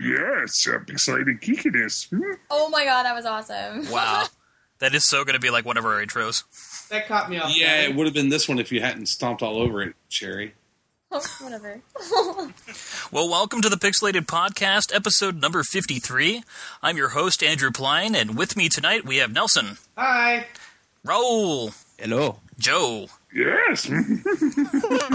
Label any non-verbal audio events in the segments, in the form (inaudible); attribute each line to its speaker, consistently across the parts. Speaker 1: yes, I'm excited geekiness. Hmm.
Speaker 2: Oh my god, that was awesome. (laughs)
Speaker 3: Wow. (laughs) that is so going to be like one of our intros.
Speaker 4: That caught me off.
Speaker 5: Yeah, it
Speaker 4: guard.
Speaker 5: would have been this one if you hadn't stomped all over it, Sherry.
Speaker 2: Whatever.
Speaker 3: Well, welcome to the Pixelated Podcast, episode number 53. I'm your host, Andrew Pline, and with me tonight we have Nelson,
Speaker 4: Hi.
Speaker 3: Raul,
Speaker 6: Hello.
Speaker 3: Joe,
Speaker 1: Yes. Hmm.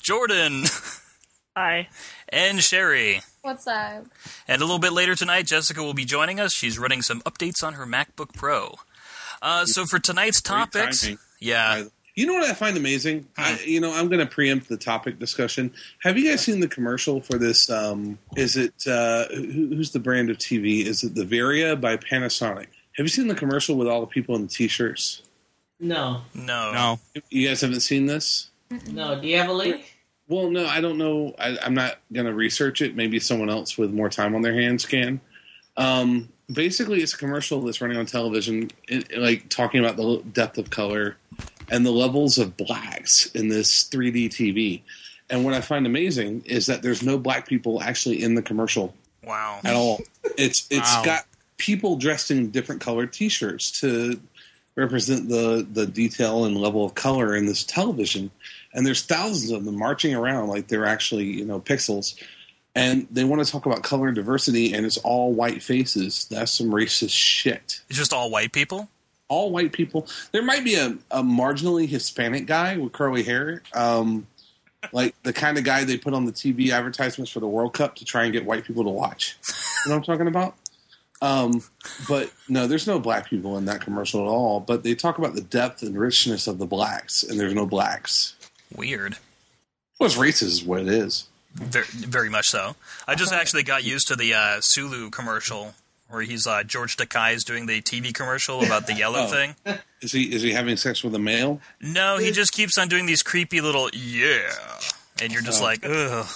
Speaker 3: Jordan, (laughs)
Speaker 7: Hi.
Speaker 3: and Sherry.
Speaker 2: What's up?
Speaker 3: And a little bit later tonight, Jessica will be joining us. She's running some updates on her MacBook Pro. Uh, so for tonight's topics,
Speaker 5: timing.
Speaker 3: yeah,
Speaker 5: You know what I find amazing? I, you know, I'm going to preempt the topic discussion. Have you guys seen the commercial for this? Um, is it uh, who, who's the brand of TV? Is it the Varia by Panasonic? Have you seen the commercial with all the people in the t-shirts?
Speaker 4: No.
Speaker 3: no,
Speaker 6: No.
Speaker 5: You guys haven't seen this?
Speaker 4: No. Do you have a link?
Speaker 5: Well, no, I don't know. I, I'm not going to research it. Maybe someone else with more time on their hands can. Um, basically, it's a commercial that's running on television, it, like talking about the l- depth of color and the levels of blacks in this 3D TV. And what I find amazing is that there's no black people actually in the commercial
Speaker 3: wow,
Speaker 5: at all. It's it's
Speaker 6: Wow.
Speaker 5: got people dressed in different colored T-shirts to represent the the detail and level of color in this television, and there's thousands of them marching around like they're actually you know pixels, and they want to talk about color diversity, and it's all white faces. That's some racist shit.
Speaker 3: it's just all white people.
Speaker 5: All white people. There might be a, a marginally Hispanic guy with curly hair. Um, like the kind of guy they put on the TV advertisements for the World Cup to try and get white people to watch. You know what I'm talking about? Um, but no, there's no black people in that commercial at all. But they talk about the depth and richness of the blacks, and there's no blacks.
Speaker 3: Weird.
Speaker 5: Well, it's racist, is what it is.
Speaker 3: Very, very much so. I just actually got used to the uh, Sulu commercial where he's uh, George Takei is doing the TV commercial about the yellow
Speaker 5: (laughs) Oh.
Speaker 3: thing.
Speaker 5: Is he is he having sex with a male?
Speaker 3: No, he just keeps on doing these creepy little yeah, and you're just
Speaker 5: Oh.
Speaker 3: like ugh.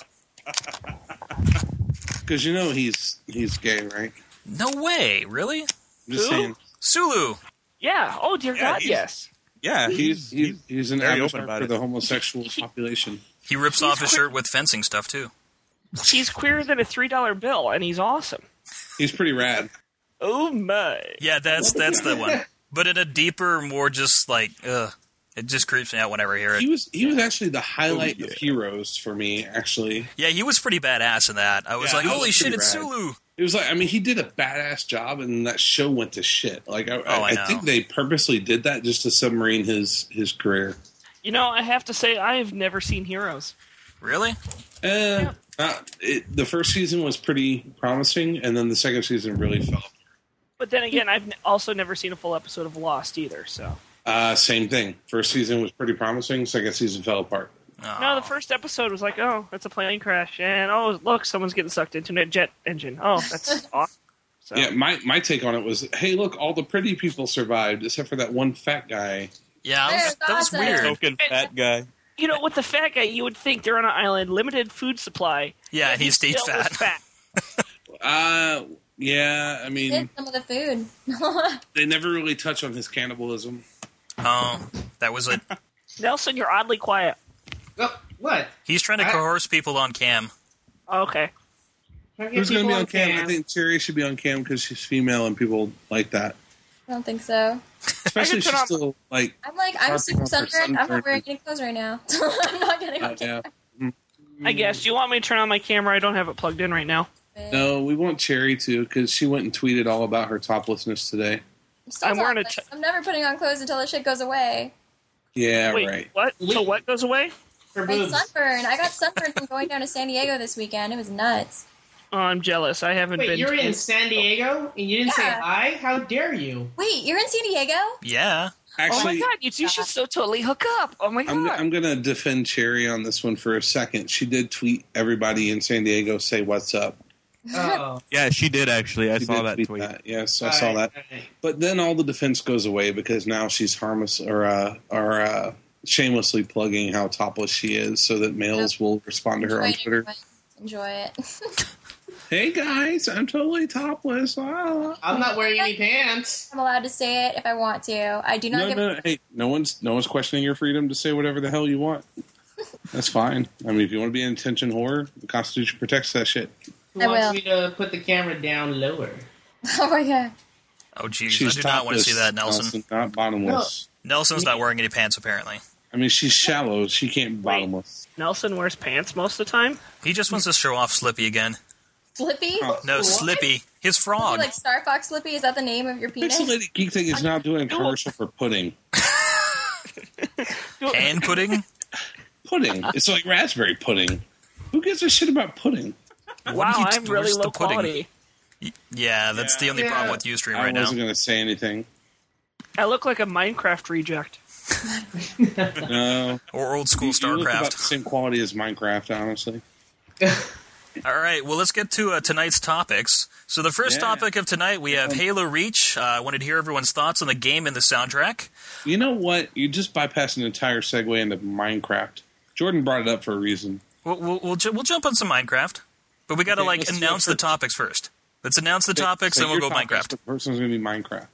Speaker 5: Because you know he's he's gay, right?
Speaker 3: No way, really?
Speaker 5: I'm just
Speaker 7: Who?
Speaker 5: saying.
Speaker 3: Sulu.
Speaker 7: Yeah. Oh dear
Speaker 6: Yeah,
Speaker 7: God.
Speaker 6: he's-
Speaker 7: Yes.
Speaker 6: Yeah,
Speaker 5: He's he's, he's an
Speaker 6: very
Speaker 5: avatar
Speaker 6: open about
Speaker 5: for
Speaker 6: it.
Speaker 5: the homosexual population.
Speaker 3: He rips
Speaker 7: He's
Speaker 3: off his
Speaker 7: quick-
Speaker 3: shirt with fencing stuff too.
Speaker 7: He's queerer than a three dollar bill, and he's awesome.
Speaker 5: He's pretty rad.
Speaker 7: Oh my.
Speaker 3: Yeah, that's that's the one. But in a deeper, more just like ugh, it just creeps me out whenever I hear
Speaker 5: He
Speaker 3: it.
Speaker 5: was he was actually the highlight of heroes for me. Actually,
Speaker 3: Yeah, he was pretty badass in that. I was
Speaker 5: Yeah,
Speaker 3: like,
Speaker 5: he was
Speaker 3: holy shit,
Speaker 5: pretty
Speaker 3: it's
Speaker 5: rad.
Speaker 3: Sulu.
Speaker 5: It was like I mean he did a badass job and that show went to shit. Like I, I,
Speaker 3: I
Speaker 5: I
Speaker 3: know.
Speaker 5: think they purposely did that just to submarine his his career.
Speaker 7: You know, I have to say, I have never seen Heroes.
Speaker 3: Really?
Speaker 5: Eh, not- it, the first season was pretty promising, and then the second season really fell. apart.
Speaker 7: But then again, I've n- also never seen a full episode of Lost either. So
Speaker 5: Uh, same thing. First season was pretty promising. Second season fell apart.
Speaker 3: Oh.
Speaker 7: no, the first episode was like, oh, that's a plane crash, and oh, look, someone's getting sucked into a jet engine. Oh,
Speaker 3: (laughs)
Speaker 7: that's awesome. So
Speaker 5: Yeah, my my take on it was, hey, look, all the pretty people survived except for that one fat guy.
Speaker 3: Yeah, that was,
Speaker 2: There's
Speaker 3: that was
Speaker 2: awesome.
Speaker 3: weird.
Speaker 6: token fat guy.
Speaker 7: you know, with the fat guy, you would think they're on an island, limited food supply.
Speaker 3: Yeah, and Uh, he stayed
Speaker 7: still was
Speaker 3: fat.
Speaker 7: fat.
Speaker 5: Uh, yeah, I mean,
Speaker 2: Get some of the food. (laughs)
Speaker 5: they never really touch on his cannibalism.
Speaker 3: (laughs) Oh, that was it.
Speaker 7: Nelson, you're oddly quiet.
Speaker 4: Oh, what?
Speaker 3: He's trying to
Speaker 4: I-
Speaker 3: coerce people on cam.
Speaker 7: Okay.
Speaker 4: Can I get
Speaker 5: Who's
Speaker 4: people
Speaker 5: going to be on cam?
Speaker 4: cam?
Speaker 5: I think Cherry should be on cam because she's female and people like that.
Speaker 2: I don't think so.
Speaker 5: Especially if
Speaker 7: turn
Speaker 5: she's
Speaker 7: on-
Speaker 5: still like,
Speaker 2: I'm like, I'm
Speaker 5: Our
Speaker 2: super
Speaker 5: people are
Speaker 2: sunburned. I'm
Speaker 5: sunburned.
Speaker 2: not wearing any clothes right now. (laughs) I'm not getting
Speaker 5: uh,
Speaker 2: on
Speaker 5: yeah.
Speaker 7: I
Speaker 6: Mm.
Speaker 7: guess. Do you want me to turn on my camera? I don't have it plugged in right now.
Speaker 2: camera.
Speaker 5: No, we want Cherry to because she went and tweeted all about her toplessness today.
Speaker 2: I'm, still
Speaker 7: I'm wearing a
Speaker 2: topless.
Speaker 7: ch-
Speaker 2: I'm never putting on clothes until the shit goes away.
Speaker 5: Yeah,
Speaker 7: Wait, Oh
Speaker 5: right.
Speaker 7: what?
Speaker 4: We-
Speaker 7: So what goes away?
Speaker 4: Her
Speaker 2: My
Speaker 4: boobs.
Speaker 2: sunburn. I got sunburned from going down to San Diego this weekend. It was nuts.
Speaker 7: Oh, I'm jealous. I haven't
Speaker 4: Wait,
Speaker 7: been.
Speaker 4: you're in San Diego and you didn't say
Speaker 2: Yeah.
Speaker 4: hi? How dare
Speaker 2: (laughs)
Speaker 4: you?
Speaker 2: Wait, you're in San Diego?
Speaker 3: Yeah.
Speaker 7: oh my
Speaker 5: Actually,
Speaker 7: god, you two should so totally hook up. Oh my god.
Speaker 5: I'm, I'm going to defend Cherry on this one for a second. She did tweet everybody in San Diego say what's up.
Speaker 4: Oh,
Speaker 6: Yeah, she did actually. I
Speaker 5: She
Speaker 6: saw
Speaker 5: did
Speaker 6: that
Speaker 5: tweet
Speaker 6: tweet.
Speaker 5: that. Yes, I saw that. But then all the defense goes away because now she's harmless or uh, or uh, shamelessly plugging how topless she is, so that males will respond to her on
Speaker 2: Enjoy it,
Speaker 5: Twitter.
Speaker 2: everyone. Enjoy it.
Speaker 5: Hey guys, I'm totally topless. Ah.
Speaker 4: I'm not wearing any pants.
Speaker 2: I'm allowed to say it if I want to. I do not
Speaker 5: No,
Speaker 2: give
Speaker 5: no, hey, no one's no one's questioning your freedom to say whatever the hell you want. That's fine. I mean, if you want to be an attention whore, the Constitution protects that shit.
Speaker 4: Who
Speaker 2: I
Speaker 4: wants
Speaker 2: will.
Speaker 4: me to put the camera down lower?
Speaker 2: (laughs) Oh my god.
Speaker 3: Oh, jeez. I do not want to
Speaker 5: topless,
Speaker 3: see that, Nelson.
Speaker 5: not bottomless.
Speaker 3: Nelson's not wearing any pants, apparently.
Speaker 5: I mean, she's shallow. She can't be
Speaker 7: Wait.
Speaker 5: bottomless.
Speaker 7: Nelson wears pants most of the time.
Speaker 3: He just wants to show off Slippy again.
Speaker 2: Flippy?
Speaker 5: Oh,
Speaker 3: No,
Speaker 4: What?
Speaker 3: Slippy. His frog.
Speaker 2: Like Star Fox Flippy? Is that the name of your penis?
Speaker 5: Pixelated Geek Thing is now doing a commercial for pudding.
Speaker 3: Hand pudding?
Speaker 5: Pudding. It's like raspberry pudding. Who gives a shit about pudding?
Speaker 7: wow,
Speaker 3: What he
Speaker 7: I'm really
Speaker 3: stores the
Speaker 7: low
Speaker 3: pudding.
Speaker 7: quality.
Speaker 3: Yeah, that's the only
Speaker 4: Yeah.
Speaker 3: problem with Ustream
Speaker 5: I
Speaker 3: right now.
Speaker 5: wasn't going to
Speaker 3: (laughs)
Speaker 5: say anything.
Speaker 7: I look like a Minecraft reject.
Speaker 5: No.
Speaker 3: Or old school
Speaker 5: You look about the
Speaker 3: StarCraft.
Speaker 5: same quality as Minecraft, honestly.
Speaker 3: All right, well, let's get to uh, tonight's topics. So, the first
Speaker 5: Yeah.
Speaker 3: topic of tonight, we have Halo Reach. Uh, I wanted to hear everyone's thoughts on the game and the soundtrack.
Speaker 5: You know what? You just bypassed an entire segue into Minecraft. Jordan brought it up for a reason.
Speaker 3: We'll, we'll, we'll, ju- we'll jump on some Minecraft, but we got to
Speaker 5: Okay,
Speaker 3: like
Speaker 5: let's do it
Speaker 3: announce the
Speaker 5: first.
Speaker 3: topics first. Let's announce the topics,
Speaker 5: So
Speaker 3: then we'll
Speaker 5: your
Speaker 3: go
Speaker 5: topic
Speaker 3: Minecraft.
Speaker 5: The first one's going to be Minecraft.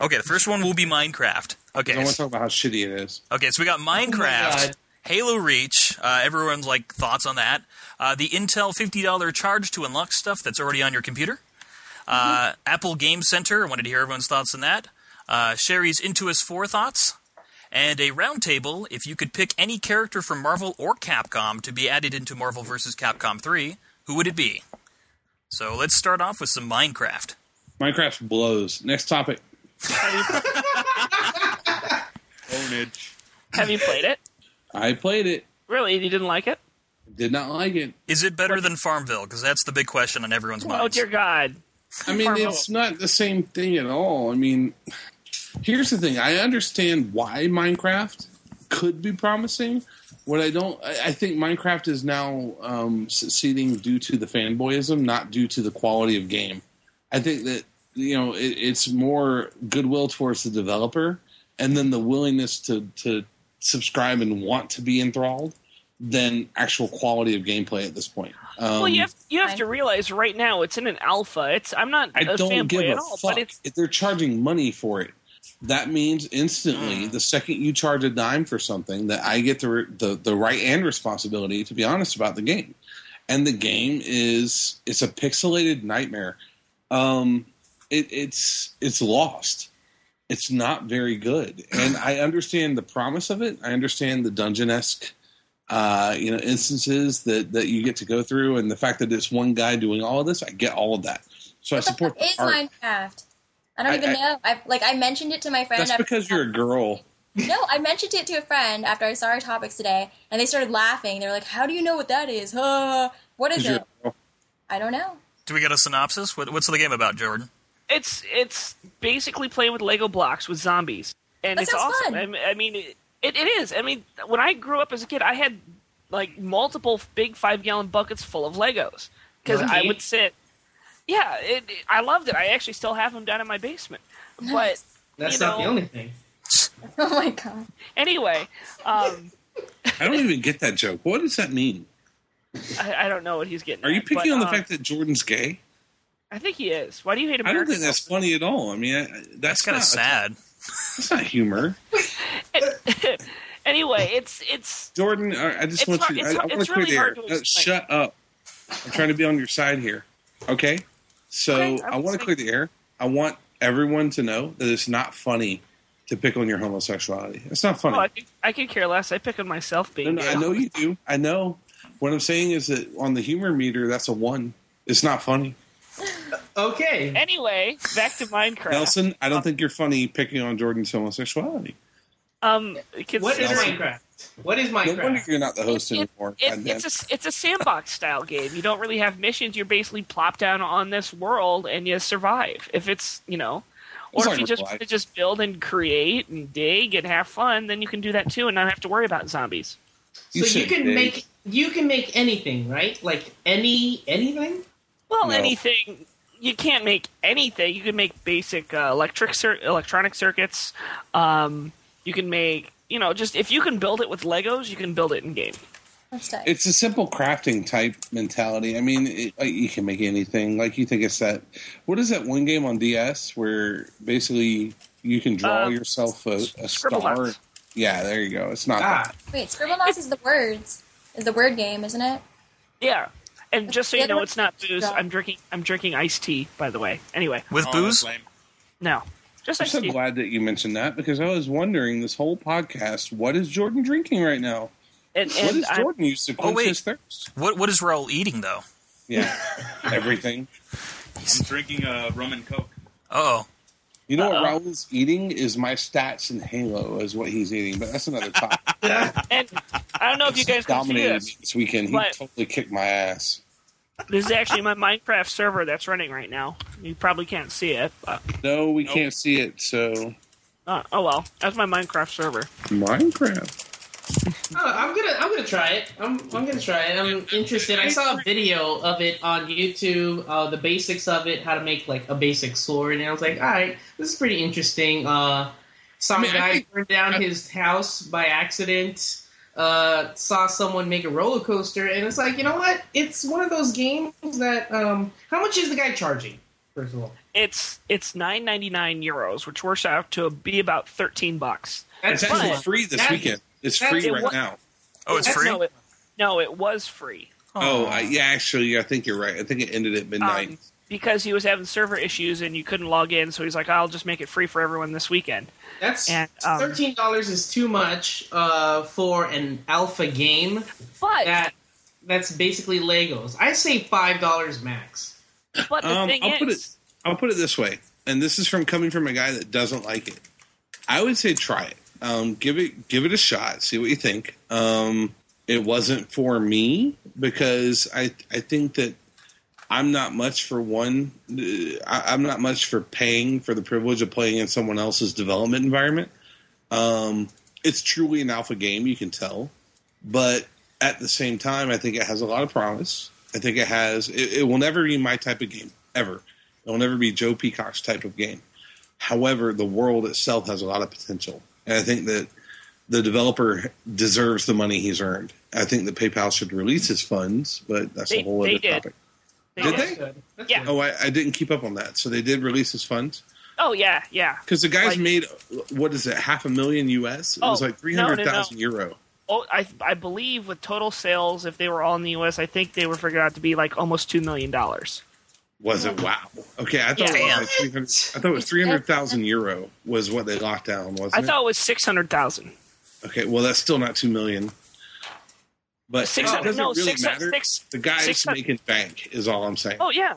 Speaker 3: Okay, the first one will be Minecraft. Okay,
Speaker 5: 'Cause I want to talk about how shitty it is.
Speaker 3: Okay, so we got Minecraft,
Speaker 4: God.
Speaker 3: Halo Reach. Uh, everyone's like thoughts on that. Uh, the Intel fifty dollar charge to unlock stuff that's already on your computer. Uh, Apple Game Center. I wanted to hear everyone's thoughts on that. Uh, Sherry's Intuos four thoughts. And a roundtable. If you could pick any character from Marvel or Capcom to be added into Marvel vs. Capcom three, who would it be? So let's start off with some Minecraft.
Speaker 5: Minecraft blows. Next topic.
Speaker 6: Ownage.
Speaker 7: Have you
Speaker 5: (laughs)
Speaker 7: played it?
Speaker 5: I played it.
Speaker 7: Really? You didn't like it?
Speaker 5: Did not like it.
Speaker 3: Is it better than Farmville? Because that's the big question on everyone's mind.
Speaker 7: Oh dear God!
Speaker 5: I mean,
Speaker 7: Farmville.
Speaker 5: it's not the same thing at all. I mean, here's the thing. I understand why Minecraft could be promising. What I don't, I I think Minecraft is now um, succeeding due to the fanboyism, not due to the quality of game. I think that you know it, it's more goodwill towards the developer, and then the willingness to to subscribe and want to be enthralled than actual quality of gameplay at this point. Um,
Speaker 7: well, you have you have
Speaker 2: fine.
Speaker 7: to realize right now it's in an alpha. It's I'm not
Speaker 5: I
Speaker 7: a
Speaker 5: don't
Speaker 7: fanboy
Speaker 5: give a
Speaker 7: at all,
Speaker 5: fuck.
Speaker 7: but it's
Speaker 5: If they're charging money for it, that means instantly
Speaker 7: Mm.
Speaker 5: the second you charge a dime for something, that I get the, the the right and responsibility to be honest about the game. And the game is it's a pixelated nightmare. Um, it, it's it's lost. It's not very good, and I understand the promise of it. I understand the dungeon esque uh, you know instances that that you get to go through, and the fact that it's one guy doing all of this. I get all of that, so I
Speaker 2: What the
Speaker 5: support
Speaker 2: fuck is
Speaker 5: the art.
Speaker 2: Minecraft? I don't
Speaker 5: I-
Speaker 2: even
Speaker 5: I-
Speaker 2: know. I like I mentioned it to my friend.
Speaker 5: That's
Speaker 2: after-
Speaker 5: because you're a girl.
Speaker 2: (laughs) No, I mentioned it to a friend after I saw our topics today, and they started laughing. They were like, "How do you know what that is? Huh? What is
Speaker 5: 'Cause you're
Speaker 2: it?
Speaker 5: a girl.
Speaker 2: I don't know." (laughs)
Speaker 3: Do we get a synopsis? What, what's the game about, Jordan?
Speaker 7: it's it's basically playing with Lego blocks with zombies, and
Speaker 2: That
Speaker 7: it's
Speaker 2: sounds
Speaker 7: awesome.
Speaker 2: fun.
Speaker 7: I mean, I mean it, it is. I mean, when I grew up as a kid, I had like multiple big five gallon buckets full of Legos because I
Speaker 4: Really?
Speaker 7: would sit. Yeah, it, I loved it. I actually still have them down in my basement. But
Speaker 4: That's
Speaker 7: You
Speaker 4: not the
Speaker 7: know.
Speaker 4: only thing.
Speaker 2: Oh my god!
Speaker 7: anyway, um,
Speaker 5: I don't even get that joke. What does that mean?
Speaker 7: I, I don't know what he's getting.
Speaker 5: Are you
Speaker 7: at, but,
Speaker 5: picking on the
Speaker 7: uh,
Speaker 5: fact that Jordan's gay?
Speaker 7: I think he is. Why do you hate
Speaker 5: I
Speaker 7: America?
Speaker 5: don't think that's funny at all. I mean, I-
Speaker 3: That's
Speaker 5: that's,
Speaker 3: kind
Speaker 5: kind
Speaker 3: of sad.
Speaker 5: That's not humor.
Speaker 7: (laughs) anyway, it's it's
Speaker 5: Jordan, I I just
Speaker 7: It's
Speaker 5: want
Speaker 7: hard-
Speaker 5: you. I, I
Speaker 7: it's hard-
Speaker 5: want
Speaker 7: it's
Speaker 5: to quit
Speaker 7: really
Speaker 5: here.
Speaker 7: hard to
Speaker 5: Uh,
Speaker 7: explain.
Speaker 5: shut up. I'm trying to be on your side here. Okay. So
Speaker 7: Okay, I'm
Speaker 5: I want to
Speaker 7: listening.
Speaker 5: clear the air. I want everyone to know that it's not funny to pick on your homosexuality. It's not funny.
Speaker 7: oh, I, could, I could care less. I pick on myself
Speaker 5: No,
Speaker 7: being.
Speaker 5: no,
Speaker 7: gay.
Speaker 5: I know you do. I know. What I'm saying is that on the humor meter, that's a one. It's not funny.
Speaker 4: Okay.
Speaker 7: Anyway, back to Minecraft.
Speaker 5: Nelson, I don't think you're funny picking on Jordan's homosexuality.
Speaker 7: Um,
Speaker 4: What is
Speaker 5: Nelson.
Speaker 7: considering
Speaker 4: Minecraft? What is
Speaker 5: No wonder
Speaker 4: Minecraft?
Speaker 5: you're not the host
Speaker 7: It- it-
Speaker 5: anymore.
Speaker 7: it,
Speaker 5: goddamn.
Speaker 7: it's a it's a sandbox style game. You don't really have missions. You're basically plopped down on this world and you survive. If it's you know, or
Speaker 5: It's
Speaker 7: if
Speaker 5: like
Speaker 7: you just
Speaker 5: Revive.
Speaker 7: want to just build and create and dig and have fun, then you can do that too and not have to worry about zombies.
Speaker 5: You
Speaker 4: so you
Speaker 5: said
Speaker 4: can
Speaker 5: gay.
Speaker 4: make you can make anything, right? Like any anything.
Speaker 7: Well,
Speaker 5: No.
Speaker 7: anything you can't make anything. You can make basic uh, electric cir- electronic circuits. Um, you can make you know just if you can build it with Legos, you can build it in game.
Speaker 2: That's tight.
Speaker 5: It's a simple crafting type mentality. I mean, it, like, you can make anything. Like you think it's that. What is that one game on DS where basically you can draw
Speaker 7: Uh,
Speaker 5: yourself a, a
Speaker 7: Scribble
Speaker 5: star?
Speaker 7: Knots.
Speaker 5: Yeah, there you go. It's not
Speaker 4: Ah,
Speaker 5: that.
Speaker 2: Wait, Scribble Knots is the words. Is the word game, isn't it?
Speaker 7: Yeah. And just so
Speaker 2: The
Speaker 7: you
Speaker 2: other
Speaker 7: know,
Speaker 2: one-
Speaker 7: it's not booze. I'm drinking. I'm drinking iced tea, by the way. Anyway,
Speaker 3: With
Speaker 6: Oh,
Speaker 3: booze?
Speaker 6: that's lame.
Speaker 7: no, just
Speaker 5: I'm
Speaker 7: iced
Speaker 5: so
Speaker 7: tea.
Speaker 5: glad that you mentioned that because I was wondering this whole podcast, what is Jordan drinking right now?
Speaker 7: And,
Speaker 5: what
Speaker 7: and
Speaker 5: does
Speaker 7: I'm,
Speaker 5: Jordan use to
Speaker 3: Oh,
Speaker 5: quench
Speaker 3: wait.
Speaker 5: his thirst?
Speaker 3: What What is Raul eating though?
Speaker 7: (laughs)
Speaker 5: Yeah, everything.
Speaker 6: I'm drinking uh, rum and coke.
Speaker 3: Oh,
Speaker 5: You know
Speaker 7: Uh-oh.
Speaker 5: what Raul's eating is my stats in Halo is what he's eating, but that's another topic.
Speaker 7: and I don't know if (laughs) you guys can see
Speaker 5: dominated me
Speaker 7: this.
Speaker 5: this weekend. He
Speaker 7: But-
Speaker 5: totally kicked my ass.
Speaker 7: This is actually my Minecraft server that's running right now. You probably can't see it. But,
Speaker 5: No, we can't see it. So
Speaker 7: uh, oh well, that's my Minecraft server.
Speaker 5: Minecraft.
Speaker 4: Oh, I'm gonna I'm gonna try it. I'm I'm gonna try it. I'm interested. I saw a video of it on YouTube, uh, the basics of it, how to make like a basic sword, and I was like, all right, this is pretty interesting. Uh, saw a
Speaker 5: Man, I
Speaker 4: guy
Speaker 5: think-
Speaker 4: burn down his house by accident. Uh, saw someone make a roller coaster, and it's like, you know what? It's one of those games that. Um, how much is the guy charging? First of all,
Speaker 7: It's it's nine ninety nine euros, which works out to be about thirteen bucks.
Speaker 5: It's actually
Speaker 7: fine.
Speaker 5: free this
Speaker 4: That-
Speaker 5: weekend. It's
Speaker 4: that-
Speaker 5: free
Speaker 4: it
Speaker 5: right
Speaker 7: wa-
Speaker 5: now.
Speaker 3: oh, it's
Speaker 4: That's
Speaker 3: free.
Speaker 7: No, it, no, it was free
Speaker 5: Oh, I, yeah, actually, I think you're right. I think it ended at midnight.
Speaker 7: Um, because he was having server issues and you couldn't log in. So he's like, "I'll just make it free for everyone this weekend."
Speaker 4: That's
Speaker 7: And, um,
Speaker 4: thirteen dollars is too much uh, for an alpha game.
Speaker 7: But
Speaker 4: that that's basically Legos. I say five dollars max.
Speaker 7: but the
Speaker 5: Um,
Speaker 7: thing
Speaker 5: I'll
Speaker 7: is,
Speaker 5: put it. I'll put it this way, and this is from coming from a guy that doesn't like it. I would say try it. Um, give it give it a shot. See what you think. Um, it wasn't for me because I I think that I'm not much for one. uh, I, I'm not much for paying for the privilege of playing in someone else's development environment. Um, it's truly an alpha game. You can tell, but at the same time, I think it has a lot of promise. I think it has. It, it will never be my type of game ever. It will never be Joe Peacock's type of game. However, the world itself has a lot of potential, and I think that the developer deserves the money he's earned. I think that PayPal should release his funds, but that's
Speaker 7: They-
Speaker 5: a whole
Speaker 7: they
Speaker 5: other
Speaker 7: did.
Speaker 5: topic.
Speaker 7: they-
Speaker 5: Did
Speaker 4: That's
Speaker 5: they?
Speaker 4: good. That's
Speaker 7: Yeah.
Speaker 4: good.
Speaker 5: Oh, I, I didn't keep up on that. So they did release his funds
Speaker 7: Oh yeah, yeah.
Speaker 5: because the guy's
Speaker 7: Like-
Speaker 5: made what is it, half a million US? It was
Speaker 7: Oh,
Speaker 5: like three
Speaker 7: no, no, no.
Speaker 5: hundred thousand euro.
Speaker 7: Oh, I I believe with total sales, if they were all in the U.S., I think they were figured out to be like almost two million dollars.
Speaker 5: Was it? Wow. Okay, I thought
Speaker 7: Yeah.
Speaker 5: it was like 300, I thought it was three hundred thousand euro was what they locked down. Wasn't
Speaker 7: I
Speaker 5: it?
Speaker 7: thought it was six hundred thousand.
Speaker 5: Okay, well that's still not two million. But
Speaker 7: Six
Speaker 5: it
Speaker 7: hundred.
Speaker 5: doesn't
Speaker 7: No,
Speaker 5: really
Speaker 7: six
Speaker 5: matter.
Speaker 7: hundred. Six.
Speaker 5: the guy's
Speaker 7: 600
Speaker 5: making bank is all I'm saying.
Speaker 7: Oh yeah.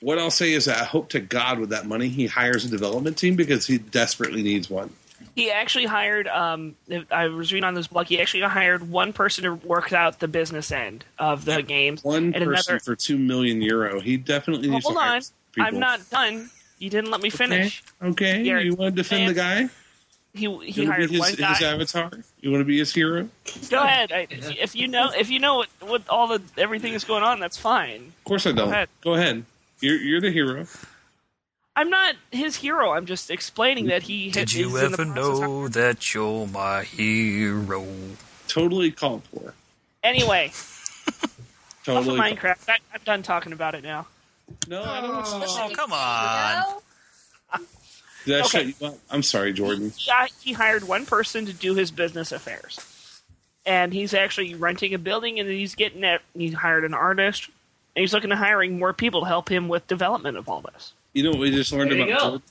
Speaker 5: What I'll say is that I hope to God with that money he hires a development team because he desperately needs one.
Speaker 7: He actually hired. Um, I was reading on this blog. He actually hired one person to work out the business end of the games.
Speaker 5: One
Speaker 7: and
Speaker 5: person
Speaker 7: another.
Speaker 5: for two million euro. He definitely
Speaker 7: Well,
Speaker 5: needs
Speaker 7: hold
Speaker 5: to hire
Speaker 7: on.
Speaker 5: people.
Speaker 7: I'm not done. You didn't let me finish.
Speaker 5: Okay,
Speaker 7: You're-
Speaker 5: you want to defend the guy?
Speaker 7: He he
Speaker 5: You want to
Speaker 7: hired
Speaker 5: be his,
Speaker 7: one guy.
Speaker 5: his avatar? You want to be his hero? Of
Speaker 7: Go ahead. I, if you know if you know what, what all the everything is going on, that's fine.
Speaker 5: course I don't. Go ahead.
Speaker 7: ahead.
Speaker 5: You're, you're the hero.
Speaker 7: I'm not his hero. I'm just explaining that he
Speaker 3: Did
Speaker 7: is
Speaker 3: you
Speaker 7: in the
Speaker 3: ever
Speaker 7: process of-
Speaker 3: know that you're my hero?
Speaker 5: Totally called for.
Speaker 7: Anyway, off of
Speaker 5: Totally. called-
Speaker 7: Minecraft. I, I'm done talking about it now.
Speaker 5: No, Oh, I don't. want
Speaker 2: Especially if you
Speaker 3: Oh, come
Speaker 2: know.
Speaker 3: on.
Speaker 5: to- Did I
Speaker 7: Okay.
Speaker 5: shut you up? I'm sorry, Jordan.
Speaker 7: He, I, he hired one person to do his business affairs, and he's actually renting a building, and he's getting it. He hired an artist, and he's looking to hiring more people to help him with development of all this.
Speaker 5: You know what we just learned
Speaker 4: There you
Speaker 5: about
Speaker 4: go.
Speaker 5: Jordan?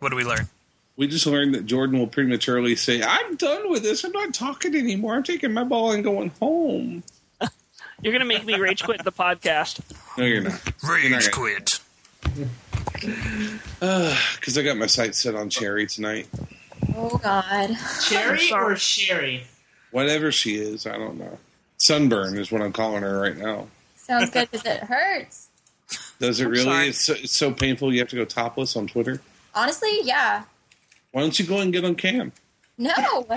Speaker 3: What do we learn?
Speaker 5: We just learned that Jordan will prematurely say, I'm done with this. I'm not talking anymore. I'm taking my ball and going home.
Speaker 7: You're gonna make me rage quit the podcast.
Speaker 5: No, you're not. (sighs)
Speaker 3: Rage
Speaker 5: Okay.
Speaker 3: quit.
Speaker 5: Because I got my sights set on Cherry tonight.
Speaker 2: Oh God. (laughs)
Speaker 7: I'm
Speaker 4: Cherry
Speaker 7: sorry.
Speaker 4: or Sherry?
Speaker 5: Whatever she is, I don't know. Sunburn is what I'm calling her right now.
Speaker 2: Sounds good because it hurts.
Speaker 5: Does it
Speaker 7: I'm
Speaker 5: really?
Speaker 7: sorry.
Speaker 5: It's so, it's so painful you have to go topless on Twitter.
Speaker 2: Honestly, yeah.
Speaker 5: Why don't you go and get on cam? (laughs)
Speaker 2: No. (laughs)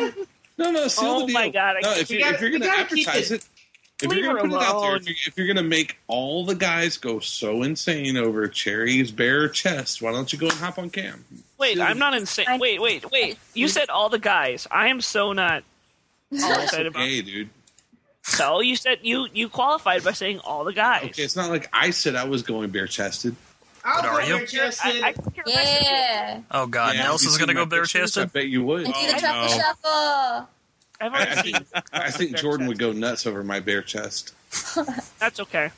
Speaker 5: No, no, seal
Speaker 7: Oh
Speaker 5: the deal.
Speaker 7: my God, I-
Speaker 5: no, if,
Speaker 4: We
Speaker 5: you,
Speaker 4: gotta-
Speaker 5: if you're
Speaker 4: we
Speaker 5: going to
Speaker 4: gotta keep
Speaker 5: advertise
Speaker 4: it-
Speaker 5: it, if
Speaker 7: Leave
Speaker 5: you're
Speaker 7: her
Speaker 5: going to put it out there,
Speaker 7: alone.
Speaker 5: if you're, if you're going to make all the guys go so insane over Cherry's bare chest, why don't you go and hop on cam?
Speaker 7: Wait, I'm not insane.
Speaker 2: I-
Speaker 7: Wait, wait, wait. You said all the guys. I am so not all excited about.
Speaker 5: Hey, dude.
Speaker 7: So you said you you qualified by saying all the guys.
Speaker 5: Okay, it's not like I said I was going bare chested.
Speaker 4: I'll
Speaker 3: But are
Speaker 4: go
Speaker 3: you?
Speaker 4: with Justin.
Speaker 7: I, I think you're right.
Speaker 2: yeah.
Speaker 3: Oh God, Nelson's gonna go bare
Speaker 5: I
Speaker 3: chested.
Speaker 5: bet you would.
Speaker 2: And do
Speaker 6: Oh,
Speaker 2: the truffle
Speaker 6: no.
Speaker 2: shuffle.
Speaker 7: I've
Speaker 5: I,
Speaker 7: already
Speaker 5: I
Speaker 7: seen.
Speaker 5: think, I think Jordan would go nuts over my bare chest.
Speaker 7: That's okay.